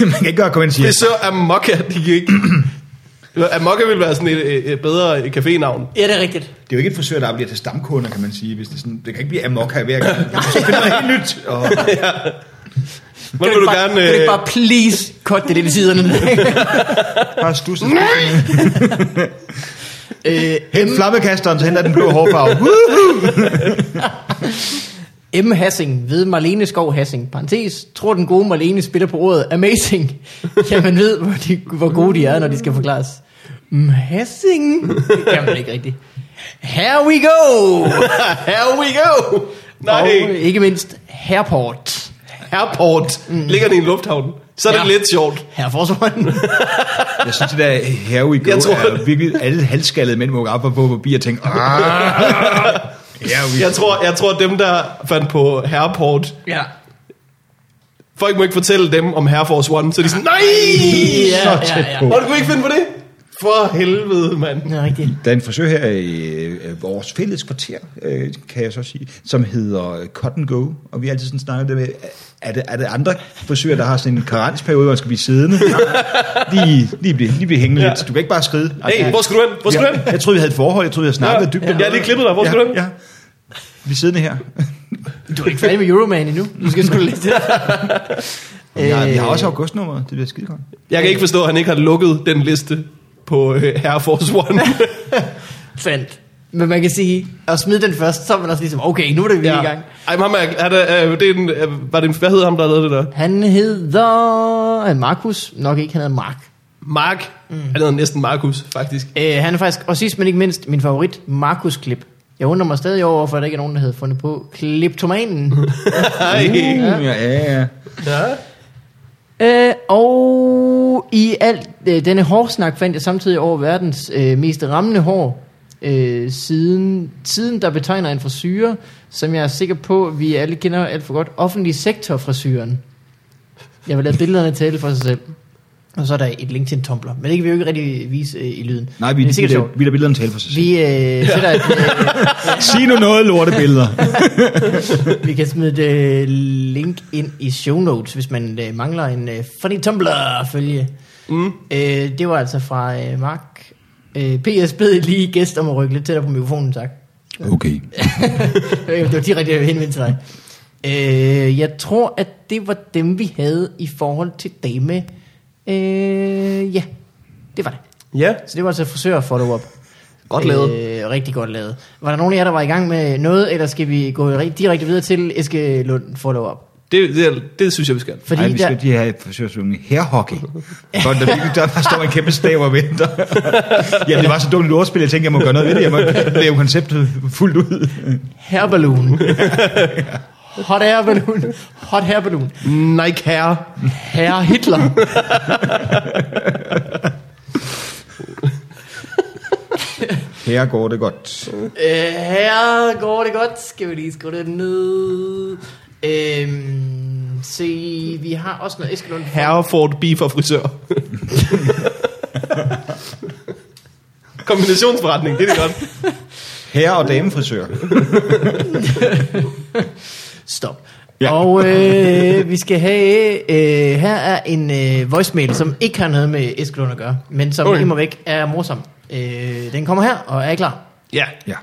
B: Man kan ikke godt komme ind og sige,
A: Det er så Amokka, de kan ikke... Amokka ville være sådan et, et, et bedre cafénavn.
C: Ja, det er rigtigt.
B: det er jo ikke et frisør, der bliver til stamkunder, kan man sige. Hvis det, er sådan, det kan ikke blive amok her hver gang. Så finder man helt nyt. Og
A: Hvad
C: Kan
A: vil
C: du
A: du
C: bare,
A: gerne...
C: kan du
A: øh,
C: ikke bare please cut det lidt i siderne?
B: bare stusset.
C: øh,
B: Hent flammekasteren, så henter den blå hårfarve. Woo!
C: M. Hassing ved Marlene Skov Hassing. Parentes, tror den gode Marlene spiller på ordet amazing. Ja, man ved, hvor, de, hvor gode de er, når de skal forklares. Mm, Hassing? Det kan man ikke rigtigt. Here we go!
A: Here we go! Nej,
C: Og ikke mindst Herport.
A: airport. Ligger det i en lufthavn? Så er det
C: Mm. Ja.
A: lidt sjovt.
C: Herforsvaren.
B: Jeg synes, det der here we go,
A: Jeg tror-
B: er virkelig alle halvskaldede mænd må gå op og på forbi og tænke, ah, here we
A: Jeg tror, jeg tror dem, der fandt på airport,
C: ja.
A: folk må ikke fortælle dem om Air Force One, så de er sådan, nej!
C: Ja,
B: så tæt
C: ja, ja.
B: på.
A: Hvor du kunne ikke finde på det? For helvede, mand.
C: Det er rigtigt.
B: Der er en frisør her i øh, vores fælles kvarter, øh, kan jeg så sige, som hedder øh, Cut and Go, og vi har altid sådan snakket det med, er det, er det andre frisører, der har sådan en karensperiode, hvor man skal blive siddende? lige, lige, blive, lige blive hængende
A: Ja.
B: ja. lidt. Du kan ikke bare skride. Altså,
A: Hey, hvor skal du hen? Hvor skal du hen?
B: jeg, jeg troede, vi havde et forhold. Jeg troede, jeg snakkede
A: Ja.
B: dybt.
A: Jeg har lige klippet dig. Hvor skal
B: ja,
A: du hen?
B: Ja. Vi er siddende her.
C: Du er ikke færdig med Euroman endnu. Du skal sgu lidt til.
B: Jeg, jeg har også
A: Øh.
B: augustnummeret. Det bliver skide godt.
A: Jeg kan ikke forstå, at han ikke har lukket den liste på øh, Air Force One.
C: Fandt. Men man kan sige, at smide den først, så er man også ligesom, okay, nu er det vi ja. i gang.
A: Ej, men ham er, han er, øh, det er en, øh, var det en, hvad hedder ham, der lavede det der?
C: Han hedder øh, Markus, nok ikke, han hedder Mark.
A: Mark. Mm. Han hedder næsten Markus, faktisk.
C: Øh, han er faktisk, og sidst men ikke mindst, min favorit, Markus Klip. Jeg undrer mig stadig over, hvorfor der ikke er nogen, der havde fundet på Kliptomanen.
A: Ej.
B: Uh, Ja, ja, ja.
A: Ja.
C: øh, og i alt øh, denne hårsnak fandt jeg samtidig over verdens øh, mest rammende hår. Øh, siden, siden der betegner en frisyre, som jeg er sikker på, vi alle kender alt for godt, offentlig sektor frisyren. Jeg vil lade billederne tale for sig selv. Og så er der et link til en tumbler, men det kan vi jo ikke rigtig vise øh, i lyden.
B: Nej,
C: Men
B: vi,
C: det
B: vi,
C: er sikkert sjovt.
B: lader- vi lader billederne tale for sig selv.
C: Vi øh, sætter et, øh,
B: Sig nu noget, lortebilleder.
C: Vi kan smide et øh, link ind i show notes, hvis man øh, mangler en øh, funny Tumblr at følge. Mm. Øh, det var altså fra øh, Mark. Øh, PS bed lige gæst om at rykke lidt tættere på mikrofonen, tak.
B: Okay.
C: Øh, det var direkte henvendt til dig. Øh, jeg tror, at det var dem, vi havde i forhold til dame. Øh, ja, det var det.
A: ja.
C: Så det var altså frisør follow-up.
A: Godt lavet.
C: Øh, rigtig godt lavet. Var der nogen af jer, der var i gang med noget, eller skal vi gå ri- direkte videre til Eske Lund follow-up?
A: Det, det, det synes jeg, vi skal.
C: Fordi
B: Ej, vi skal
C: der,
B: lige have forsøgsvunget herhockey. For der, virkelig- der, der står en kæmpe stav og venter. ja, det var så dumt et ordspil, jeg tænkte, jeg må gøre noget ved det. Jeg må lave konceptet fuldt ud.
C: Herballoon. Hot air balloon. Hot air balloon.
A: Nike Hair.
C: Herre Hitler.
B: Her går det godt.
C: Øh, her går det godt. Skal vi lige skrue det ned. Øhm, se, vi har også noget Eskelund.
A: Herreford Beef og frisør. Kombinationsforretning, det er det godt.
B: Herre- og damefrisør.
C: Stop. Ja. Og øh, vi skal have, øh, her er en øh, voicemail, som ikke har noget med Eskelund at gøre, men som
A: Okay.
C: okay. væk er morsom. Øh, den kommer her, og er I klar?
A: Ja.
B: Ja.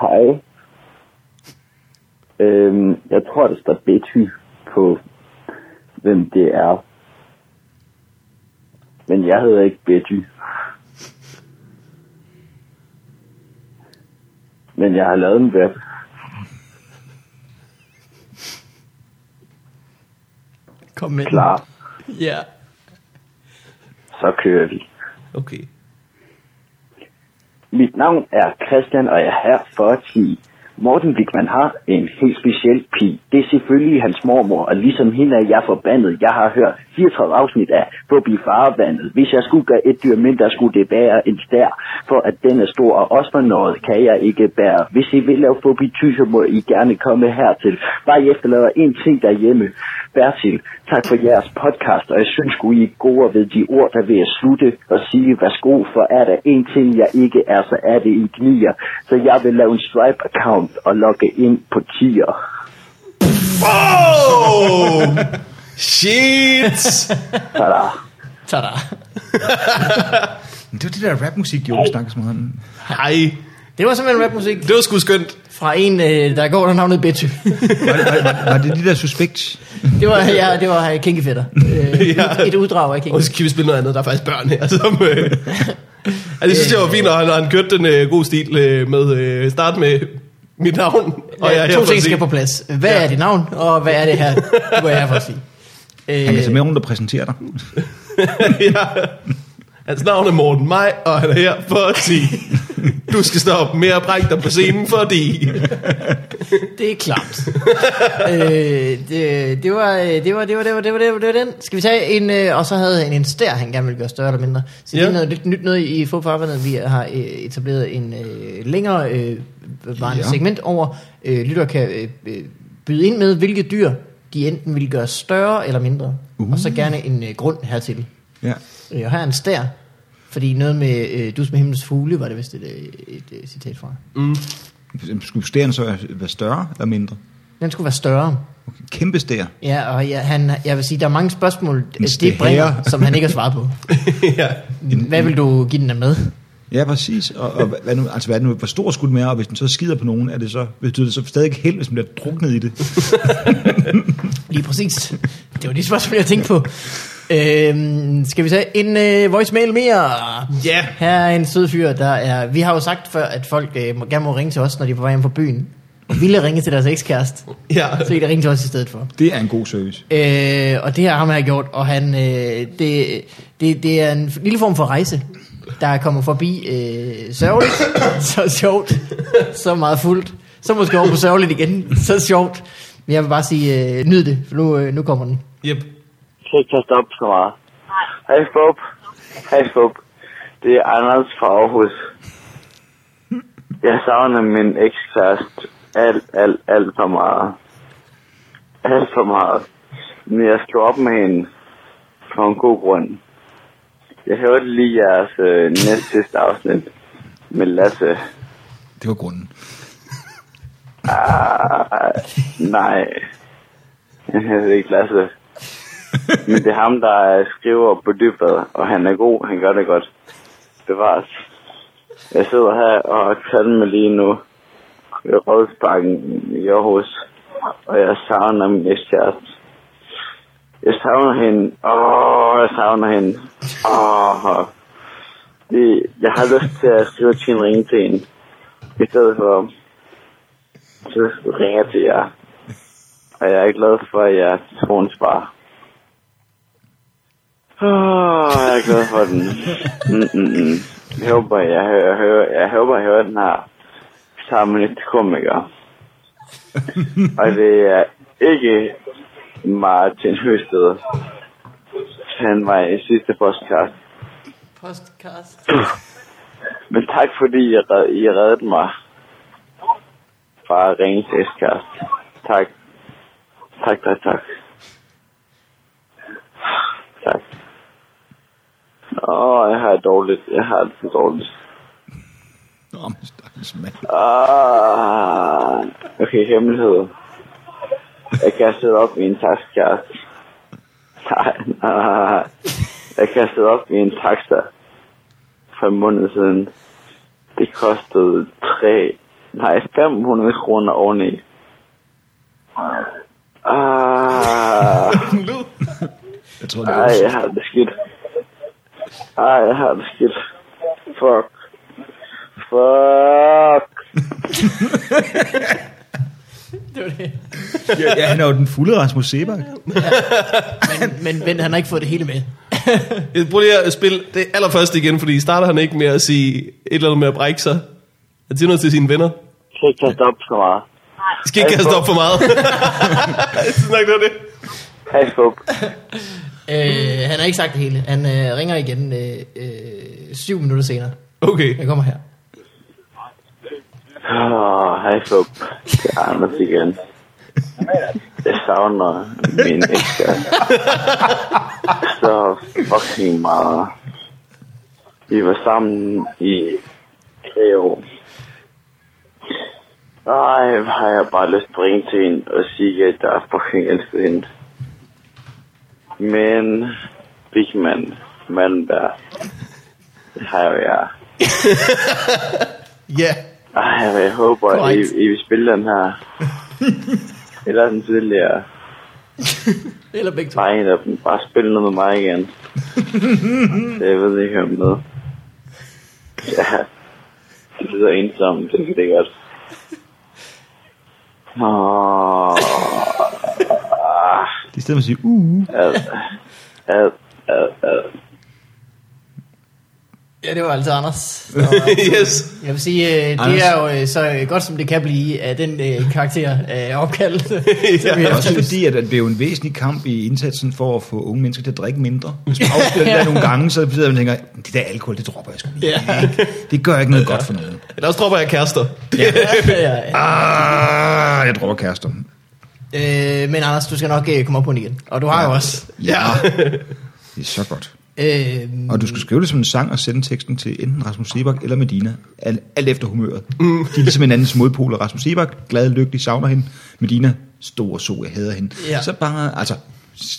E: Hej. Øhm, jeg tror, der står Betty på, hvem det er. Men jeg hedder ikke Betty. Men jeg har lavet en rap.
C: Kom med. den.
E: Klar.
C: Ja.
E: Så kører vi.
A: Okay.
E: Mit navn er Christian, og jeg er her for at sige, Morten Wigman har en helt speciel pige. Det er selvfølgelig hans mormor, og ligesom hende er jeg forbandet. Jeg har hørt 34 afsnit af Bobby Farvandet. Hvis jeg skulle gøre et dyr mindre, skulle det være en stær, for at den er stor, og også for noget kan jeg ikke bære. Hvis I vil lave Bobby Ty, så må I gerne komme hertil. Bare I efterlader en ting derhjemme. Bertil, tak for jeres podcast, og jeg synes, sgu, I er gode ved de ord, der vil jeg slutte og sige, værsgo, for er der en ting, jeg ikke er, så er det en knier. Så jeg vil lave en Stripe-account og logge ind på tier.
A: Oh! Shit!
E: Tada.
C: Tada.
B: Men det var det der rapmusik, de også snakker så meget om.
A: Hej.
C: Det var simpelthen rapmusik
A: Det var sgu skønt.
C: fra en, øh, der går under navnet Betty.
B: Var, det- var, var, var det de der suspekt?
C: Det var, ja, det var øh, Kinky Fætter. Øh,
A: Ja.
C: et, et uddrag af Kinky
A: Og så kan vi spille noget andet, der er faktisk børn her. Som, øh, ja, det synes jeg var fint, og han, han kørte den øh, god stil øh, med øh, start med mit navn. Og jeg er
C: Ja,
A: her
C: to
A: for at
C: ting
A: se.
C: skal på plads. Hvad
A: Ja.
C: er dit navn, og hvad er det her, du er her for at sige?
B: Han kan tage
C: Øh,
B: med rundt og præsentere dig.
A: ja. Hans navn er Morten Maj, og han er her for at sige, du skal stoppe med at brække dig på scenen, fordi...
C: det er klart. øh, det, det, var, øh, det, var, det, var, det, var, det, var, det, var, det var den. Skal vi tage en, øh, og så havde han en stær, han gerne ville gøre større eller mindre. Så det
A: Ja.
C: er noget lidt nyt noget i Fodfarvandet. Vi har øh, etableret en øh, længere øh, varende
B: Ja.
C: ja. segment over, øh, lytter kan øh, øh, byde ind med, hvilke dyr de enten vil gøre større eller mindre. Uh. Og så gerne en øh, grund hertil.
B: Ja.
C: Øh, Og her er en stær. Fordi noget med øh, dus med himlens fugle, var det vist et, øh, et, et citat fra.
B: Skulle stæren så være større eller mindre?
C: Den skulle være større.
B: Okay. Kæmpe stær.
C: Ja, og jeg, han, jeg vil sige, der er mange spørgsmål,
B: Men
C: det,
B: stær.
C: det bringer, som han ikke har svaret på. Mm,
A: ja.
C: Hvad vil du give den af med?
B: Ja, præcis. Og, og hvad- hvad nu, altså, hvad nu, hvor stor skulle den være, og hvis den så skider på nogen, er det så, betyder det så stadig held, hvis man bliver druknet i det?
C: Lige præcis. Det var de spørgsmål, jeg tænkte på. Øhm, skal vi tage en øh, voicemail mere?
A: Ja.
C: Her er en sød fyr, der er... Vi har jo sagt før, at folk øh, må- gerne må ringe til os, når de er på vej hjem fra byen. Og ville ringe til deres ekskæreste.
A: Ja.
C: Så kan de ringe til os i stedet for.
B: Det er en god service.
C: Øh, og det har ham her gjort, og han, øh, det, det, det er en lille form for rejse, der kommer forbi øh, sørgeligt, så sjovt, så meget fuldt, så måske over på sørgeligt igen, så sjovt. Men jeg vil bare sige, øh, nyd det, for nu, øh, nu kommer den.
A: Yep.
E: Kan ikke kaste op så meget. Hej Bob. Hej Bob. Det er Anders fra Aarhus. Jeg savner min ekskæreste alt, alt, alt for meget. Alt for meget. Men jeg skal op med hende. For en god grund. Jeg hørte lige jeres øh, næst sidste afsnit med Lasse.
B: Det var grunden.
E: Nej. Jeg hedder ikke Lasse. Men det er ham, der skriver på dybet, og han er god. Han gør det godt. Bevares. Jeg sidder her og taler med lige nu i Rådsbakken i Aarhus, og jeg savner min ekskæreste. Jeg savner hende. Åh, jeg savner hende. Åh. Det, jeg har lyst til at skrive til en ringe til hende, i stedet for så ringer jeg til jer. Og jeg er glad for, at jeg tror en spar. Åh, jeg er glad for den. Mm-mm. Jeg håber, jeg, hører, jeg, hører, jeg håber, jeg hører den her sammen et komiker. Og det er ikke Martin Høsted. Han var i sidste podcast.
C: Podcast.
E: Men tak fordi I, red, I reddede mig fra at ringe til S-kast. Tak. Tak, tak, tak. Tak. Åh, jeg har det dårligt. Jeg har det så dårligt.
B: Nå, men stakkels mand.
E: Ah, okay, hemmelighed. Jeg kastede op i en taxakæreste. Nej, nej, nej. Jeg kastede op i en taxa for en måned siden. Det kostede 3, nej, 500 kroner oveni. Ah,
B: Jeg tror, det
E: ej,
B: var
E: jeg har det skidt. Ej, jeg har det skidt. Fuck. Fuck.
C: Det var det.
B: ja, ja, han er jo den fulde Rasmus Sebak.
C: Men, men, men han har ikke fået det hele med.
A: Jeg prøver lige at spille det allerførste igen, fordi starter han ikke med at sige et eller andet med at brække sig. Han siger noget til sine venner.
E: Jeg kan ikke kaste op så meget.
A: I skal ikke kaste op for meget. jeg synes nok, det var det.
E: Pas på.
C: Øh, han har ikke sagt det hele. Han øh, ringer igen øh, øh, syv minutter senere.
A: Okay.
C: Jeg kommer her.
E: Åh, hej Fup. Det er Anders igen. Jeg savner min ekskæreste. Så fucking meget. Vi var sammen i tre år. Ej, hvor har jeg bare lyst til at ringe til hende og sige, at jeg fucking elsker hende. Men, Bigman, Malmberg, det har jeg jo jer.
A: Ja.
E: Ej, men jeg håber, at I,
C: Korrekt.
E: I vil spille den her. Eller den tidligere.
C: Eller begge to.
E: Bare en af dem. Bare spille noget med mig igen. det jeg ved ikke om noget. Ja, det lyder ensomt. Det er sikkert. Åh,
B: I stedet for at sige, uh,
E: ad, ad, ad, ad.
C: Ja, det var altså Anders. Så,
A: yes.
C: jeg vil sige, øh, det
B: Anders.
C: er jo øh, så øh, godt, som det kan blive af den øh, karakter af opkald. som vi
B: Det er
C: har
B: også
C: fået.
B: fordi, at at det er jo en væsentlig kamp i indsatsen for at få unge mennesker til at drikke mindre. Hvis man afspiller det der nogle gange, så bliver man tænker, det der alkohol, det dropper jeg sgu lige.
C: Ja.
B: ikke? Det gør ikke noget godt for nogen.
A: Eller også dropper jeg kærester.
C: ja, ja.
B: Ah, jeg dropper kærester.
C: Øh, men Anders, du skal nok øh, komme op på den igen. Og du har jo også.
B: Ja. Det er så godt.
C: Øh,
B: Og du skal skrive det som en sang og sende teksten til enten Rasmus Sebak eller Medina. Alt, alt efter humøret. Mm. De er ligesom hinandens modpoler. Rasmus Sebak, glad, lykkelig, savner hende. Medina, stor so, jeg hader hende.
C: Ja.
B: Så bare, altså,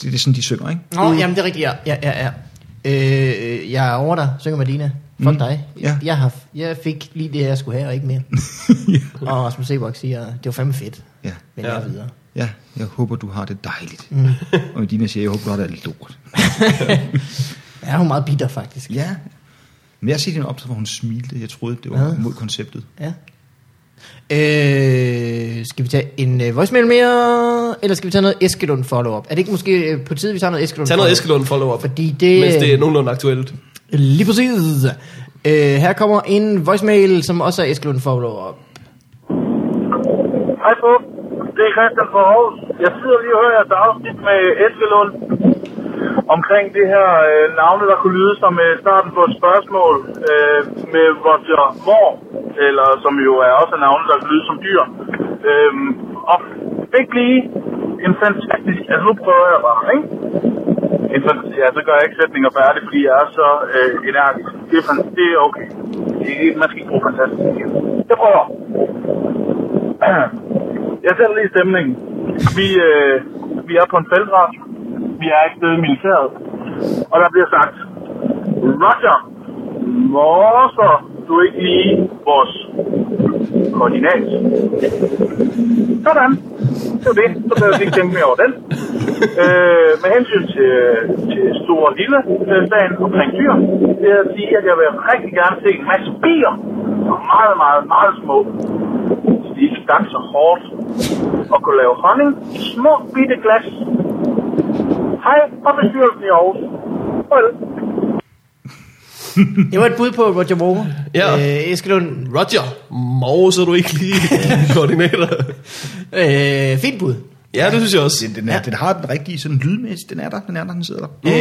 B: det er sådan, de synger, ikke?
C: Nå, jamen det er rigtigt, ja. ja, ja, ja. Øh, øh, jeg er over dig, synger Medina. Fuck mm. dig.
B: ja.
C: Jeg, har, jeg fik lige det, jeg skulle have, og ikke mere. og Rasmus Sebok siger, det var fandme fedt,
B: Ja.
C: men
A: Ja.
C: ja. jeg er videre.
B: Ja, jeg håber, du har det dejligt. Mm. Og Medina siger, jeg håber, du har det lort.
C: Jeg er jo meget bitter, faktisk.
B: Ja. Men jeg har set hende optræde, hvor hun smilte. Jeg troede, det var
C: Ja.
B: mod konceptet.
C: Ja. Øh, skal vi tage en øh, voicemail mere, eller skal vi tage noget Eskelund follow-up? Er det ikke måske øh, på tide, vi tager noget Eskelund
A: Tag noget Eskelund follow-up.
C: Fordi det- øh,
A: Mens det er nogenlunde aktuelt.
C: Lige præcis. Øh, her kommer en voicemail, som også er Eskelund follow-up.
F: Hej på. Det er Christian fra Aarhus. Jeg sidder lige og hører jeres afsnit med Eskelund omkring det her øh, navne, der kunne lyde som øh, starten på et spørgsmål øh, med Roger Moore, eller som jo er også er navne, der kan lyde som dyr. Øh, og fik lige en fantastisk... Altså nu prøver jeg bare, ikke? En fan- ja, så gør jeg ikke sætninger færdig, fordi jeg er så øh, energisk. Det er, fan- det er okay. Det er, man skal ikke bruge fantastisk. igen. Jeg prøver. Jeg sætter lige stemningen. Vi, øh, vi er på en feltret. Vi er ikke nede i militæret. Og der bliver sagt, Roger, hvorfor du ikke lige vores koordinat? Sådan. Det var det. Så blev jeg ikke tænke mere over den. Øh, med hensyn til, til store lille øh, sagen omkring dyr, vil jeg sige, at jeg vil rigtig gerne se en masse bier. Meget, meget, meget små de stak så hårdt og kunne lave honning i små bitte glas. Hej fra bestyrelsen i Aarhus. Well.
C: Det var et bud på Roger Moore.
A: Ja.
C: Øh, Eskelund.
A: Roger, morgen så er du ikke lige koordinator.
C: Øh, fint bud.
A: Ja, det synes jeg også.
B: Den, den, er,
C: Ja.
B: ja. den har den rigtige sådan lydmæssigt. Den er der, den er der, den sidder der.
A: Mhm.
C: Mm. Øh,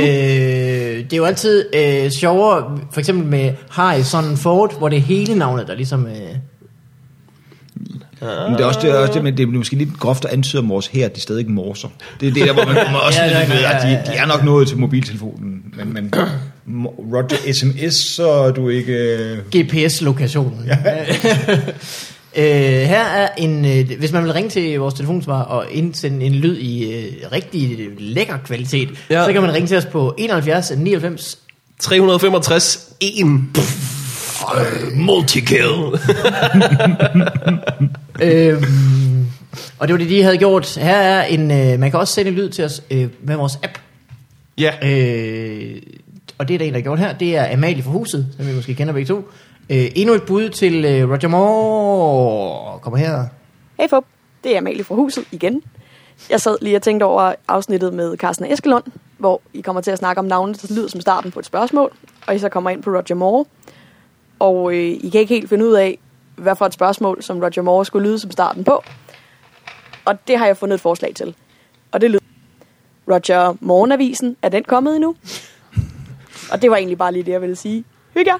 C: det er jo altid øh, sjovere, for eksempel med Harrison Ford, hvor det er hele navnet, der ligesom... Øh,
B: Ah. Men det er også det, er også det, men det er måske lidt groft at antyde om vores her, at de stadig ikke morser. Det er det der, hvor man kommer også
C: Ja,
B: ja, lidt
C: ja,
B: ved,
C: ja,
B: at
C: ja,
B: de, de er nok nået til mobiltelefonen. Men, men mo- Roger SMS, så er du ikke... øh,
C: GPS-lokationen. øh, her er en, øh, hvis man vil ringe til vores telefonsvar og indsende en lyd i øh, rigtig lækker kvalitet, ja.
A: Ja.
C: så kan man ringe til os på 71 99.
A: 365, 1. Multikill.
C: øh, og det var det, de havde gjort. Her er en, øh, man kan også sende en lyd til os øh, med vores app.
A: Ja.
C: Øh, og det er der en, der har gjort her. Det er Amalie fra huset, som vi måske kender begge to. Øh, endnu et bud til øh, Roger Moore. Kommer her.
G: Hey Fup, det er Amalie fra huset igen. Jeg sad lige og tænkte over afsnittet med Carsten og Eskelund, hvor I kommer til at snakke om navne, der lyder som starten på et spørgsmål, og I så kommer ind på Roger Moore. Og øh, I kan ikke helt finde ud af, hvad for et spørgsmål, som Roger Moore skulle lyde som starten på. Og det har jeg fundet et forslag til. Og det lyder... Roger Morgenavisen, er den kommet endnu? Og det var egentlig bare lige det, jeg ville sige. Hygge jer!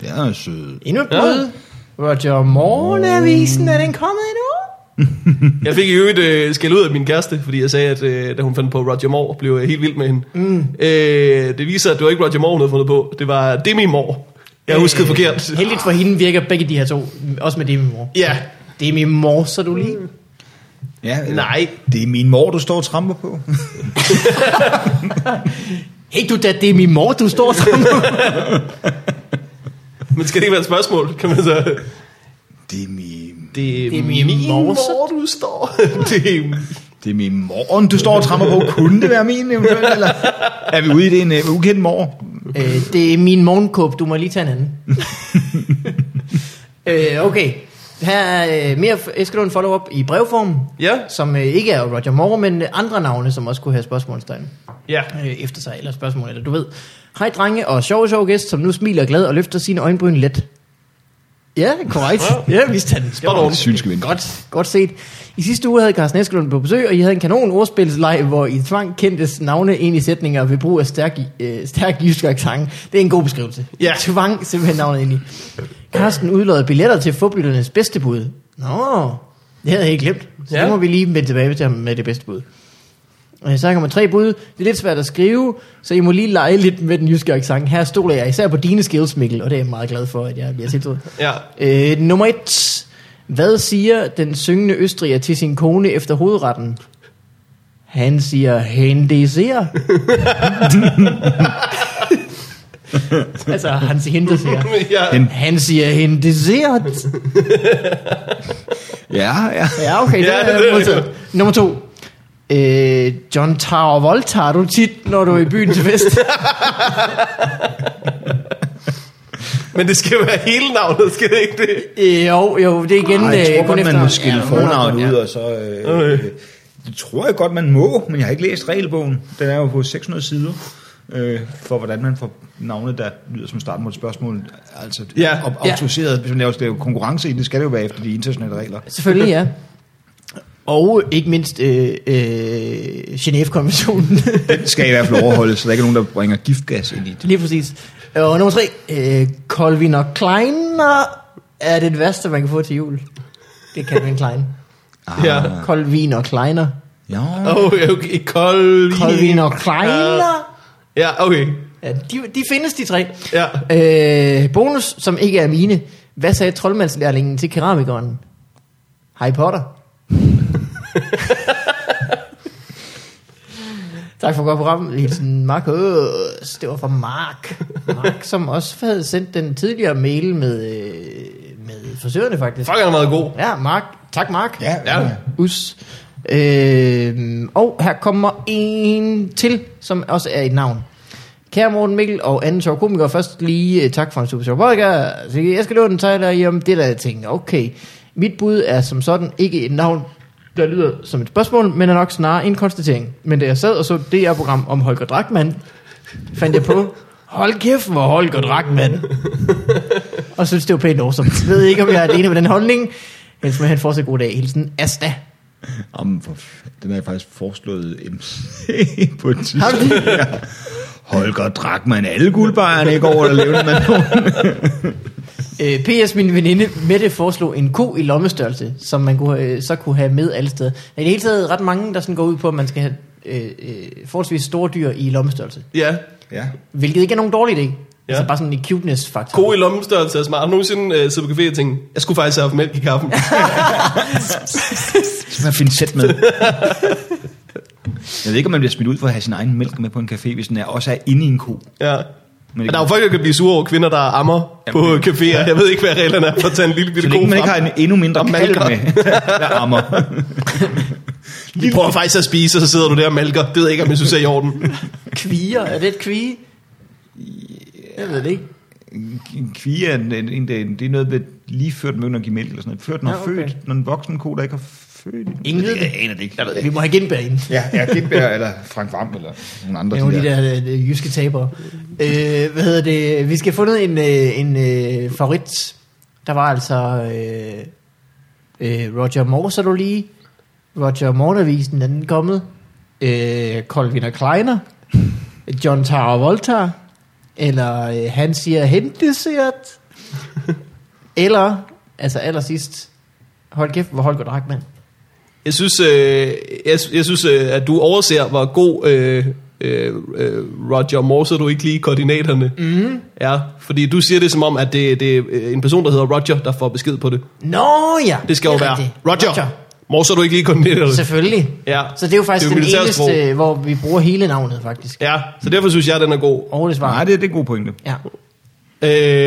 B: Det er sød.
C: Endnu et bud. Roger
A: Mm.
C: Morgenavisen, er den kommet endnu?
A: Jeg fik i øvrigt øh, skæld ud af min kæreste, fordi jeg sagde, at øh, da hun fandt på Roger Moore, blev jeg helt vild med hende. Mm. Øh, det viser, at det var ikke Roger Moore, hun havde fundet på. Det var Demi Moore. Jeg huskede forkert.
C: Heldigt for hende virker begge de her to. Også med Demi Moore.
A: Ja.
C: Demi Moore, så du lige.
B: Ja, øh,
A: Nej.
B: Det er min mor, du står og tramper på.
C: Hey du da Demi Moore, du står sammen med.
A: Men skal det ikke være et spørgsmål, kan man så...
B: Det er min,
A: Det er,
C: Det er min mor, så-
A: mor, du står. det er,
B: det er min morgen, du står og tramper på. Kunne det være min eventuelt, eller er vi ude i det en uh, ukendt mor?
C: øh, det er min morgenkåb, du må lige tage en anden. øh, okay. Her er øh, mere f- Eskelund follow-up i brevform,
A: ja,
C: som øh, ikke er Roger Moore, men øh, andre navne, som også kunne have spørgsmålstegn.
A: ja.
C: øh, efter sig, eller spørgsmål, eller du ved. Hej drenge og sjov, sjov gæst, som nu smiler glad og løfter sine øjenbryn let. Ja, korrekt. Ja, vist han. Det var
A: on.
B: Synske vinkel.
C: Godt, godt set. I sidste uge havde Carsten Eskelund på besøg, og I havde en kanon ordspilsleg, hvor I tvang kendtes navne ind i sætninger ved brug af stærk, øh, stærk jysk accent. Det er en god beskrivelse.
A: Ja.
C: Tvang simpelthen navnet ind i. Carsten udlodde billetter til forbytternes bedste bud. Nå, det havde jeg ikke glemt. Så ja.
A: Ja.
C: nu må vi lige vende tilbage til ham med det bedste bud. Øh, Så kommer tre bud. Det er lidt svært at skrive, så I må lige lege lidt med den jyske accent. Her stoler jeg især på dine skills, Mikkel, og det er jeg meget glad for, at jeg bliver tiltrådt.
A: Ja.
C: Øh, nummer et. Hvad siger den syngende østriger til sin kone efter hovedretten? Han siger, hente ser. altså, han siger, hente ser.
A: ja.
B: Den-
C: Han siger, hente ser.
B: Ja, ja.
C: Ja, okay, det
A: Ja,
C: er
A: det er det.
C: modtaget. Nummer to. Øh, John Travolta tager du tit, når du er i byen til fest.
A: Men det skal jo være hele navnet, skal det ikke det?
C: Øh, jo, jo, det er igen
B: Ej, jeg
C: øh,
B: tror
C: kun
B: godt, man
C: efter-
B: må skille
C: Ja,
B: fornavnet
C: ja.
B: ud, og så... Øh, øh, det tror jeg godt, man må, men jeg har ikke læst regelbogen. Den er jo på 600 sider øh, for, hvordan man får navne, der lyder som starten på et spørgsmål. Altså,
A: Ja.
B: ja. op-
C: Ja.
B: autoriseret. Hvis man laver det er jo konkurrence i det, skal det jo være efter de internationale regler.
C: Selvfølgelig, ja. Og ikke mindst øh, øh, Genève-konventionen.
B: Den skal i hvert fald overholdes, så der ikke er nogen, der bringer giftgas ind i det.
C: Lige præcis. Og nummer tre. Øh, Colvin og Kleiner er det værste, man kan få til jul. Det kan en Klein.
B: Ah,
A: Ja.
C: Colvin og Kleiner.
B: Ja.
A: Okay, okay. Kold...
C: Colvin og Kleiner.
A: Ja, okay.
C: Ja, de, de findes, de tre.
A: Ja.
C: Øh, bonus, som ikke er mine. Hvad sagde troldmandslærlingen til keramikeren? Harry Potter. tak for godt program. Hilsen Markus. Det var fra Mark. Mark, som også havde sendt den tidligere mail med, øh, med forsøgerne, faktisk.
A: Fuck, han er meget god.
C: Ja, Mark. Tak, Mark.
B: Ja, ja.
C: Us. Øhm, og her kommer en til, som også er et navn. Kære Morten Mikkel og anden sjov komiker, først lige øh, tak for en super sjov podcast. Så Jeg skal låne en tegler i om det, der jeg tænker. Okay. Mit bud er som sådan ikke et navn, der lyder som et spørgsmål, men er nok snarere en konstatering. Men da jeg sad og så DR-program om Holger Drachmann, fandt jeg på, hold kæft, hvor Holger Drachmann. og synes, det var pænt awesome. Jeg ved ikke, om jeg er alene med den holdning. Ellers må han fortsat god dag. Hilsen Asta.
B: Om, for, den har jeg faktisk foreslået MC på et
C: Har du
B: tidspunkt. Ja. Holger drak man alle guldbejerne i går, der levende man nogen.
C: Øh, P.S. Min veninde Mette foreslog en ko i lommestørrelse, som man kunne, øh, så kunne have med alle steder. Der er i det hele taget ret mange, der sådan går ud på, at man skal have øh, øh, forholdsvis store dyr i lommestørrelse.
A: Ja.
B: Ja.
C: Hvilket ikke er nogen dårlig idé. Ja. Altså
A: Ja.
C: bare sådan en cuteness-faktor.
A: Ko i lommestørrelse er smart. Har du nogensinde øh, siddet på café og tænkt, jeg skulle faktisk have haft mælk i kaffen?
B: Så man finde sæt med. Jeg ved ikke, om man bliver smidt ud for at have sin egen mælk med på en café, hvis den er, også er inde i en ko.
A: ja.
B: Men
A: Men der er jo folk, der kan blive sure over kvinder, der ammer
B: Jamen,
A: på
B: det-
A: caféer. Jeg ved ikke, hvad reglerne er for at tage en lille bitte
B: så
A: ko
B: længe man ikke har
A: frem.
B: en endnu mindre
A: Og
B: kalk
A: malker.
B: med, der ammer.
A: De prøver faktisk at spise, og så sidder du der og malker. Det ved jeg ikke, om jeg synes er i orden.
C: Kvier, er det et kvige? Jeg ved det ikke.
B: En kvie er, en, en, en, det er noget med lige før den begynder at give mælk eller sådan noget. Før den har
C: Ja, okay.
B: født, når en voksen ko, der ikke har født.
C: Ingen ved
B: Jeg
C: det.
B: aner det ikke. Jeg ved det
C: Vi
B: ikke.
C: må have genbær ind.
B: Ja, ja, Gindberg eller Frank Vam eller nogle andre.
C: Det er nogle af de der, øh, øh, jyske tabere. Øh, hvad hedder det? Vi skal have fundet en, øh, en øh, favorit. Der var altså øh, øh, Roger Moore, så du lige. Roger Moore-avisen, den er kommet. Øh, Colvin og Kleiner. John Travolta. Eller øh, han siger hendesert. eller, altså allersidst, hold kæft, hvor Holger Drachmann.
A: Jeg synes, øh, jeg, jeg synes øh, at du overser, hvor god øh, øh, øh, Roger Moore, så du ikke lige koordinaterne.
C: Mhm.
A: Mm. Ja, fordi du siger det som om, at det, det er øh, en person, der hedder Roger, der får besked på det.
C: Nå ja!
A: Det skal jo
C: er
A: være
C: rigtigt.
A: Roger. Roger. Moore, så du ikke lige koordinaterne.
C: Selvfølgelig.
A: Ja.
C: Så det er jo faktisk
A: Det
C: det
A: er jo
C: er den
A: militærsprog.
C: eneste, øh, hvor vi bruger hele navnet, faktisk.
A: Ja, så derfor synes jeg, den er god.
C: Og det
B: Nej,
C: svar.
B: det, det er en god pointe.
C: Ja.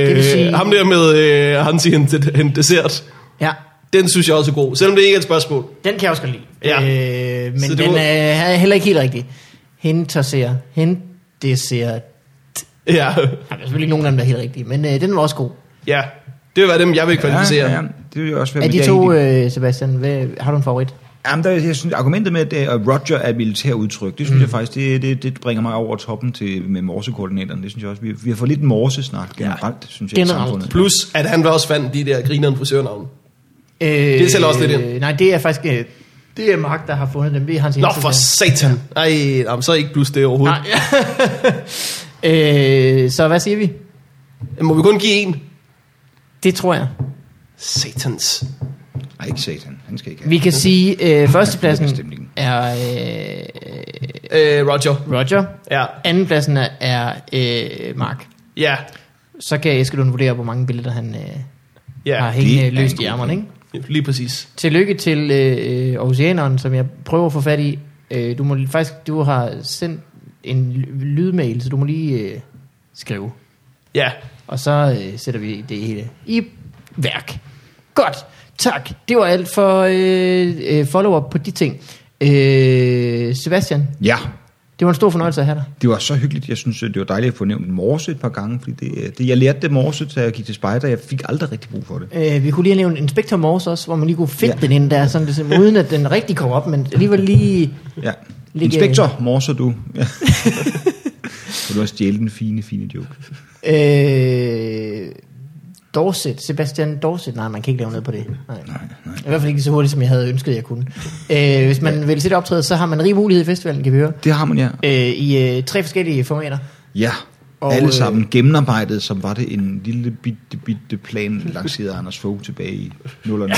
A: Øh,
C: vil sige-
A: Ham der med, øh, han siger en, det- en dessert,
C: ja.
A: den synes jeg også er god, selvom det ikke er et spørgsmål.
C: Den kan jeg også godt lide.
A: Ja.
C: Øh, men
A: Så det
C: den
A: var-
C: er er heller ikke helt rigtig. Hentasser. Hendeser.
A: Ja,
C: Der er selvfølgelig ikke nogen af dem, der er helt rigtige, men øh, den var også god.
A: ja. det vil være dem, jeg vil kvalificere.
B: ja. Det vil jo også være
C: Er
B: mit
C: de
B: idé.
C: to, øh, Sebastian, hvad, har du en favorit?
B: Jamen, der, jeg synes, argumentet med, at det er- at Roger er et militær udtryk, det synes mm. jeg faktisk, det, det, det, bringer mig over toppen til, med morsekoordinaterne. Det synes jeg også. Vi, vi har fået lidt morsesnak generelt, ja. synes jeg,
C: Generelt.
B: i samfundet.
A: Plus, at han også fandt de der grineren frisørnavne.
C: Øh,
A: Det tæller også lidt ind.
C: øh, Nej, det er faktisk... Øh, det er Mark, der har fundet dem. Det er hans
A: Nå
C: hjemmeside.
A: for satan. Ej, jamen, så er ikke plus det overhovedet.
C: Nej. øh, så hvad siger vi?
A: Nej. Må vi kun give en?
C: Det tror jeg.
A: Satans.
B: Nej, ikke satan. Han skal ikke have.
C: Vi kan sige, øh, førstepladsen
B: Det er stemningen.
C: er øh,
A: Øh, Roger.
C: Roger.
A: Ja.
C: Andenpladsen er- er øh, Mark.
A: Ja.
C: Så kan Eskelund vurdere, hvor mange billeder han øh, har
A: Ja.
C: hængende
B: det er en
C: løst i
B: god
C: ærmerne. Ikke?
A: Lige præcis.
C: Tillykke til øh, øh, Aarhusianeren, som jeg prøver at få fat i. Øh, du må lige- faktisk, du har sendt en l- lydmail, så du må lige øh, skrive.
A: Ja.
C: Og så øh, sætter vi det hele i værk. Godt. Tak. Det var alt for øh, øh, follow-up på de ting. Øh, Sebastian,
B: Ja,
C: det var en stor fornøjelse at have dig.
B: det var så hyggeligt. Jeg synes, øh, det var dejligt at få nævnt morse et par gange, fordi det, øh, det, jeg lærte det morse, da jeg gik til spejder. Jeg fik aldrig rigtig brug for det.
C: Øh, vi kunne lige have nævnt Inspector Morse også, hvor man lige kunne finde ja.
B: Ja.
C: den ind der, sådan ligesom, uden at den rigtig kom op, men alligevel lige...
B: Ja.
C: Ligge-
B: Inspektor, morser du. Ja. Kan du også stjæle den fine, fine joke.
C: Øh, Dorset, Sebastian Dorset, nej, man kan ikke lave noget på det. Nej. Nej, nej. I hvert fald ikke så hurtigt, som jeg havde ønsket, jeg kunne. Øh, hvis man vil se det optræde, så har man rig mulighed i festivalen, kan vi høre,
B: Det har man, ja.
C: øh, i øh, tre forskellige formater.
B: Ja,
C: Og,
B: og, alle
C: øh,
B: sammen gennemarbejdet, som var det en lille bitte, bitte plan, lanceret af Anders Fogh tilbage i nullerne.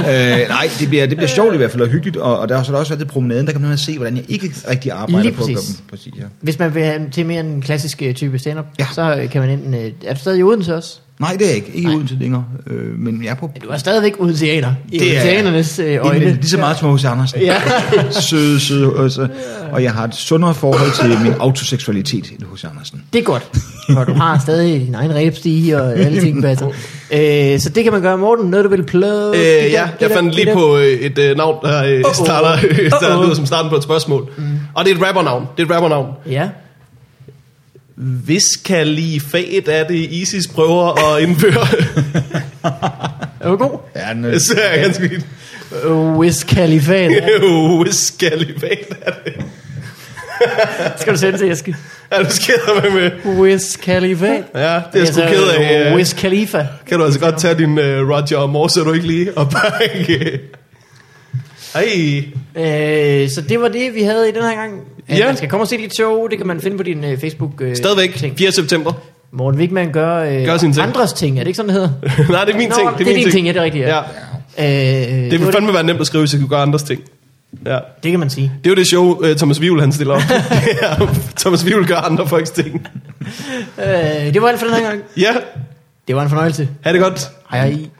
B: øh, nej, det bliver, det bliver sjovt i hvert fald, og hyggeligt, og, og der, er så der også altid promenaden, der kan man nemlig se, hvordan jeg ikke rigtig arbejder
C: Lige
B: på at gøre
C: præcis.
B: dem- Præcis, ja.
C: Hvis man vil have til mere en klassisk øh, type stand-up, ja.
B: Ja.
C: så øh, kan man enten... Øh, er du stadig i Odense også?
B: Nej, det er jeg ikke. Ikke
C: Nej.
B: nej. uden til længere. Øh, men jeg er på...
C: Ja, Du er stadigvæk odenseaner. I
B: Det er-
C: odenseanernes øh, øjne.
B: Indvendigt, lige så meget som hos Andersen.
C: Ja.
B: søde, søde. Og, så, og jeg har et sundere forhold til min autoseksualitet end hos Andersen.
C: Det er godt, for du har stadig din egen ræbstige og alle ting passer. Øh, så det kan man gøre, Morten. Noget, du vil plug?
A: Øh, ja, jeg fandt lige på øh, et øh, navn, der, øh,
C: Uh-oh.
A: starter, der
C: Uh-oh.
A: lyder som starten på et spørgsmål. Og det er et rappernavn. Det er et rappernavn.
C: Ja.
A: Hvis kan lige faget af det, ISIS prøver at indføre.
C: Er du god?
B: Ja, den, øh,
A: Det ser jeg ganske fint.
C: Øh, Wiz Kalifat.
A: Jo, skalibat er det.
C: Skal du sende til Eske?
A: Er du skæder med med?
C: Wiz Kalifat.
A: Ja, det er jeg sgu
C: Altså,
A: ked af. øh.
C: Wiz Khalifa.
A: Kan du altså godt tage din uh, Roger Moore, så du ikke lige og banke. Ej,
C: Øh, så det var det, vi havde i den her gang. Øh,
A: Ja.
C: Man skal komme og se dit show. Det kan man finde på din øh, Facebook. Øh,
A: stadigvæk
C: Ting.
A: 4. september.
C: Morten Wigman gør, øh,
A: Gør sine ting.
C: andres ting. Er det ikke sådan, det hedder?
A: Nej, det er min
C: Nå,
A: ting.
C: det er
A: min
C: din ting, ja, det er rigtigt, ja.
A: ja.
C: Øh,
A: Det
C: var
A: vil fandme være nemt at skrive, hvis jeg kunne gøre andres ting. Ja.
C: det kan man sige.
A: Det er jo det show, uh, Thomas Wivel han stiller op. Det er, Thomas Wivel gør andre folks ting.
C: Øh, det var alt for den her gang.
A: Ja,
C: Det var en fornøjelse.
A: ha' det godt.
C: Hej hej.